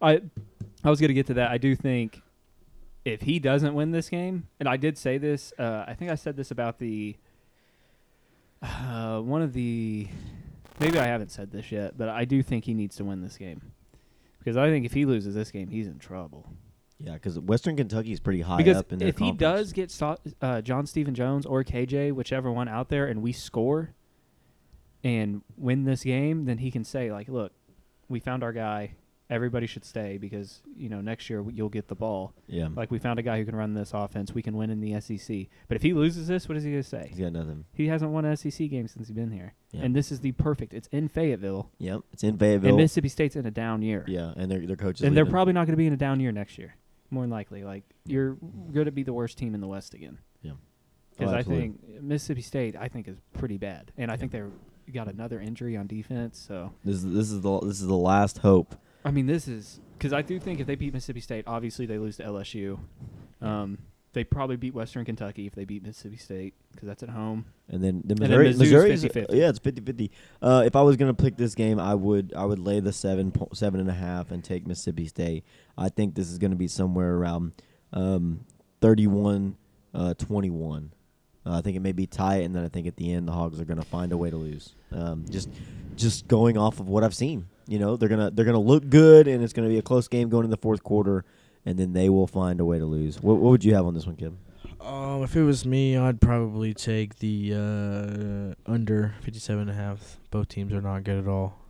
D: I I was gonna get to that. I do think if he doesn't win this game, and I did say this, uh, I think I said this about the uh, one of the maybe I haven't said this yet, but I do think he needs to win this game because I think if he loses this game, he's in trouble.
B: Yeah, because Western Kentucky's pretty high
D: because
B: up in their
D: if he
B: conference.
D: does get so- uh, John Stephen Jones or KJ, whichever one out there, and we score and win this game, then he can say like, "Look, we found our guy. Everybody should stay because you know next year you'll get the ball.
B: yeah,
D: Like we found a guy who can run this offense. We can win in the SEC. But if he loses this, what is he gonna say?
B: he's got nothing.
D: He hasn't won an SEC game since he's been here,
B: Yeah.
D: and this is the perfect. It's in Fayetteville,
B: Yep, it's in Fayetteville.
D: and Mississippi State's in a down year.
B: yeah, and their their coaches.
D: And they're probably not going to be in a down year next year. More than likely, like you're going to be the worst team in the West again.
B: Yeah. Oh,
D: because I
B: absolutely.
D: think Mississippi State, I think is pretty bad, and I think they got another injury on defense. So
B: this is this is the this is the last hope.
D: I mean, this is because I do think if they beat Mississippi State, obviously they lose to LSU. Um, they probably beat Western Kentucky if they beat Mississippi State because that's at home.
B: And then the
D: then
B: Missouri,
D: Mizzou's
B: Missouri's
D: 50-50.
B: yeah, it's 50-50. Uh, if I was gonna pick this game, I would I would lay the seven po- seven and a half and take Mississippi State. I think this is gonna be somewhere around um, 31-21. Uh, I think it may be tight, and then I think at the end the Hogs are gonna find a way to lose. Um, just just going off of what I've seen, you know, they're gonna they're gonna look good, and it's gonna be a close game going in the fourth quarter, and then they will find a way to lose. What, what would you have on this one, Kim?
C: Um, if it was me, I'd probably take the uh, under fifty-seven and a half. Both teams are not good at all.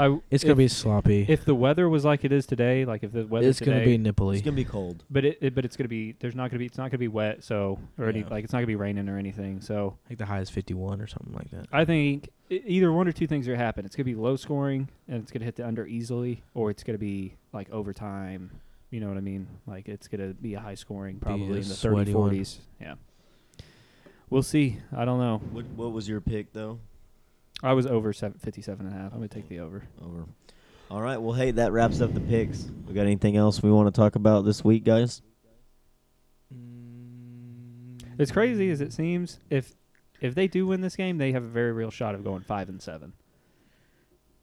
D: I,
C: It's gonna be sloppy.
D: if the weather was like it is today, like if the weather
C: it's gonna be nipply.
B: It's gonna be cold.
D: But it, it but it's gonna be there's not gonna be it's not gonna be wet so or any
C: Yeah.
D: like it's not gonna be raining or anything so
C: I think the high is fifty-one or something like that.
D: I think e- either one or two things are gonna happen. It's gonna be low scoring and it's gonna hit the under easily, or it's gonna be like overtime. You know what I mean? Like it's gonna be a high scoring,
C: a
D: probably in the 30s,
C: sweaty one.
D: 40s. Yeah. We'll see. I don't know.
B: What what was your pick though?
D: I was over seven, 57 and a half. I'm gonna take the over.
B: Over. All right. Well, hey, that wraps up the picks. We got anything else we want to talk about this week, guys?
C: Mm.
D: As crazy as it seems, if if they do win this game, they have a very real shot of going five and seven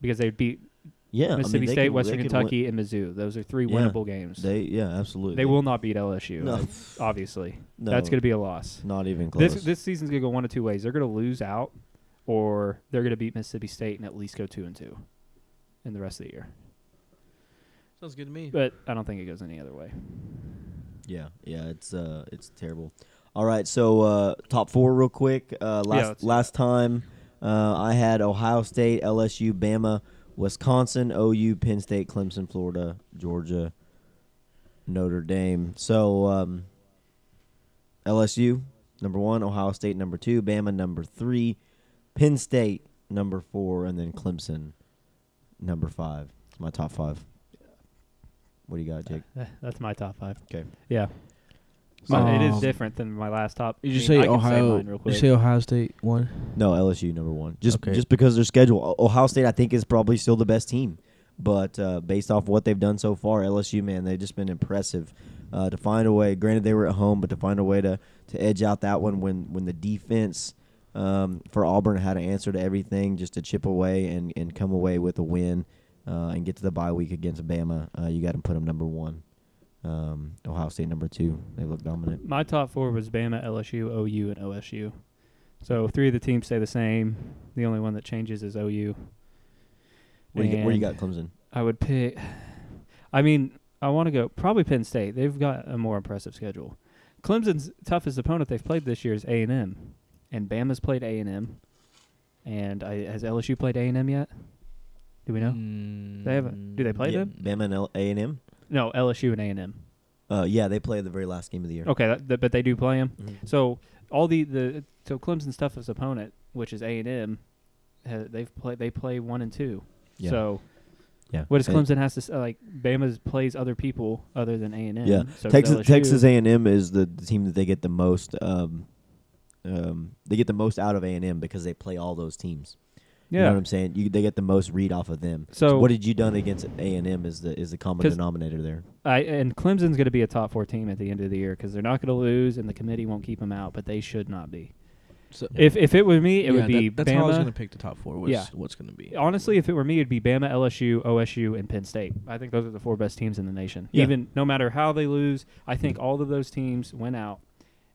D: because they beat
B: Yeah, I mean,
D: Mississippi
B: they
D: State,
B: could-
D: Western
B: they could
D: Kentucky, and Mizzou. Those are three
B: Yeah.
D: winnable games.
B: Win, they yeah, absolutely.
D: They will not beat
B: *laughs*
D: LSU.
B: No.
D: uh, Obviously,
B: No,
D: that's going to be a loss.
B: not even close.
D: This this season's going to go one of two ways. They're going to lose out, or they're going to beat Mississippi State and at least go two and two, in the rest of the year.
C: Sounds good to me.
D: But I don't think it goes any other way.
B: yeah, yeah, it's uh, it's terrible. All right, so uh, top four real quick. Uh, last
D: let's do
B: last time, uh, I had Ohio State, LSU, Bama, Wisconsin, OU, Penn State, Clemson, Florida, Georgia, Notre Dame. So um, LSU number one, Ohio State number two, Bama number three, Penn State number four, and then Clemson number five. It's my top five. What do you got, Jake?
D: Eh, That's my top five.
B: 'Kay.
D: Yeah. My- it is
C: Um,
D: different than my last top.
C: Did
D: I
C: you
D: mean,
C: say
D: I can
C: Ohio?
D: mine real
C: you
D: quick.
C: say Ohio State one?
B: No, LSU number one. Just
C: Okay.
B: just because their schedule. O- Ohio State, I think, is probably still the best team, but uh, based off what they've done so far, LSU man, they've just been impressive. Uh, to find a way, granted they were at home, but to find a way to, to edge out that one when when the defense um, for Auburn had an answer to everything, just to chip away and, and come away with a win uh, and get to the bye week against Bama, uh, you got to put them number one. Um, Ohio State number two. They look dominant.
D: My top four was Bama, LSU, OU, and OSU. So three of the teams stay the same. The only one that changes is OU.
B: Where you, got- where you got
D: And-
B: Clemson?
D: I would pick. I mean, I want to go probably Penn State. They've got a more impressive schedule. Clemson's toughest opponent they've played this year is A and M, and Bama's played A and M. And I, has LSU played A and M yet? Do we know?
B: Mm.
C: Mm.
D: They haven't- do they play
B: Yeah,
D: them?
B: Bama and A and M.
D: No, LSU and A and M.
B: Uh, yeah, they play the very last game of the year.
D: Okay, that, that, but they do play them.
B: Mhm.
D: So all the the so Clemson's toughest opponent, which is A and M, they've played they play one and two.
B: Yeah.
D: So
B: Yeah.
D: what does
B: And
D: Clemson has to s- uh, like? Bama plays other people other than A and M.
B: Yeah.
D: So does
B: Texas
D: LSU.
B: Texas A and M is the, the team that they get the most. Um, um, they get the most out of A and M because they play all those teams.
D: Yeah.
B: You know what I'm saying? You, they get the most read off of them.
D: So-
B: what did you done against A and M is the is the common
D: 'Cause-
B: denominator there.
D: I and Clemson's going to be a top four team at the end of the year because they're not going to lose, and the committee won't keep them out, but they should not be.
C: So,
D: If if it were me, it would be
C: That's
D: Bama.
C: how I was gonna pick the top four. Was
D: Yeah.
C: what's gonna be?
D: Honestly, if it were me, it'd be Bama, LSU, OSU, and Penn State. I think those are the four best teams in the nation.
B: Yeah. Mm-hmm.
D: Even no matter how they lose, I think all of those teams went out,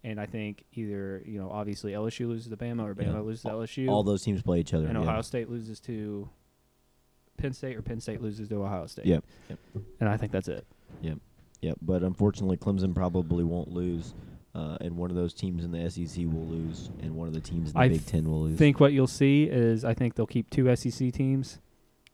D: and I think either you know obviously LSU loses to Bama or Bama
B: Yeah.
D: loses to LSU,
B: All those teams play each other.
D: and
B: yeah.
D: Ohio State loses to Penn State or Penn State loses to Ohio State.
B: Yep, yep.
D: And I think that's it.
B: Yep, but unfortunately, Clemson probably won't lose, uh, and one of those teams in the SEC will lose, and one of the teams in the
D: I
B: Big Ten will lose.
D: think what you'll see is I think they'll keep two SEC teams,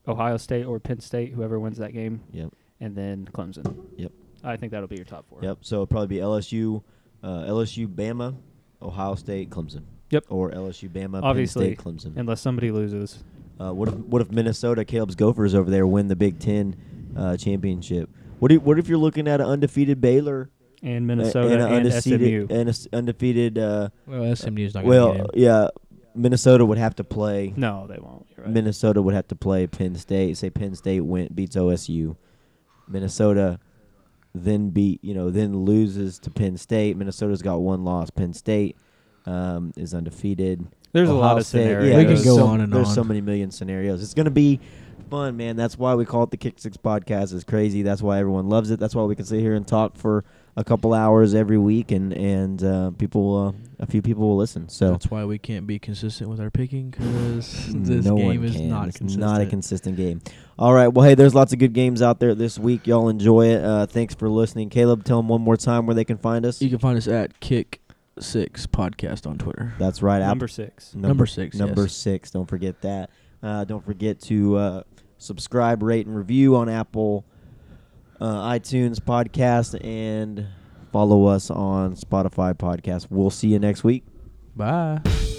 D: Ohio State or Penn State, whoever wins that game.
B: Yep.
D: And then Clemson.
B: Yep.
D: I think that'll be your top four.
B: Yep. So it'll probably be LSU, uh, LSU, Bama, Ohio State, Clemson.
D: Yep.
B: Or LSU, Bama,
D: Obviously.
B: Penn State, Clemson.
D: Unless somebody loses.
B: Uh, what if what if Minnesota, Caleb's Gophers over there win the Big Ten uh, championship? What if, what if you're looking at an undefeated Baylor
D: And
B: a- and,
D: Minnesota and,
B: an undefeated
D: SMU.
B: and a s- undefeated? Uh,
C: Well, SMU's not gonna get
B: well,
C: in.
B: yeah, Minnesota would have to play.
D: no, they won't. You're right.
B: Minnesota would have to play Penn State. Say Penn State went beats OSU. Minnesota then beat you know then loses to Penn State. Minnesota's got one loss. Penn State um, is undefeated.
D: There's a
B: Ohio
D: lot of
B: State-
D: scenarios.
B: Yeah,
C: We can
B: there's
C: go
B: so-
C: on and
B: There's
C: on.
B: so many million scenarios. It's gonna be fun, man. That's why we call it the Kick Six Podcast. It's crazy. That's why everyone loves it. That's why we can sit here and talk for a couple hours every week, and and uh, people, uh, a few people will listen. So
C: That's why we can't be consistent with our
B: *laughs*
C: picking because this
B: no
C: game
B: one
C: is
B: can.
C: not
B: it's
C: consistent.
B: not a consistent game. All right. Well, hey, there's lots of good games out there this week. Y'all enjoy it. Uh, thanks for listening. Caleb, tell them one more time where they can find us.
C: you can find us at Kick Six Podcast on Twitter.
B: That's right. App-
D: Number six.
C: number six,
B: Number
C: yes.
B: six. Don't forget that. Uh, don't forget to uh, subscribe, rate, and review on Apple, uh, iTunes podcast, and follow us on Spotify podcast. We'll see you next week.
C: Bye.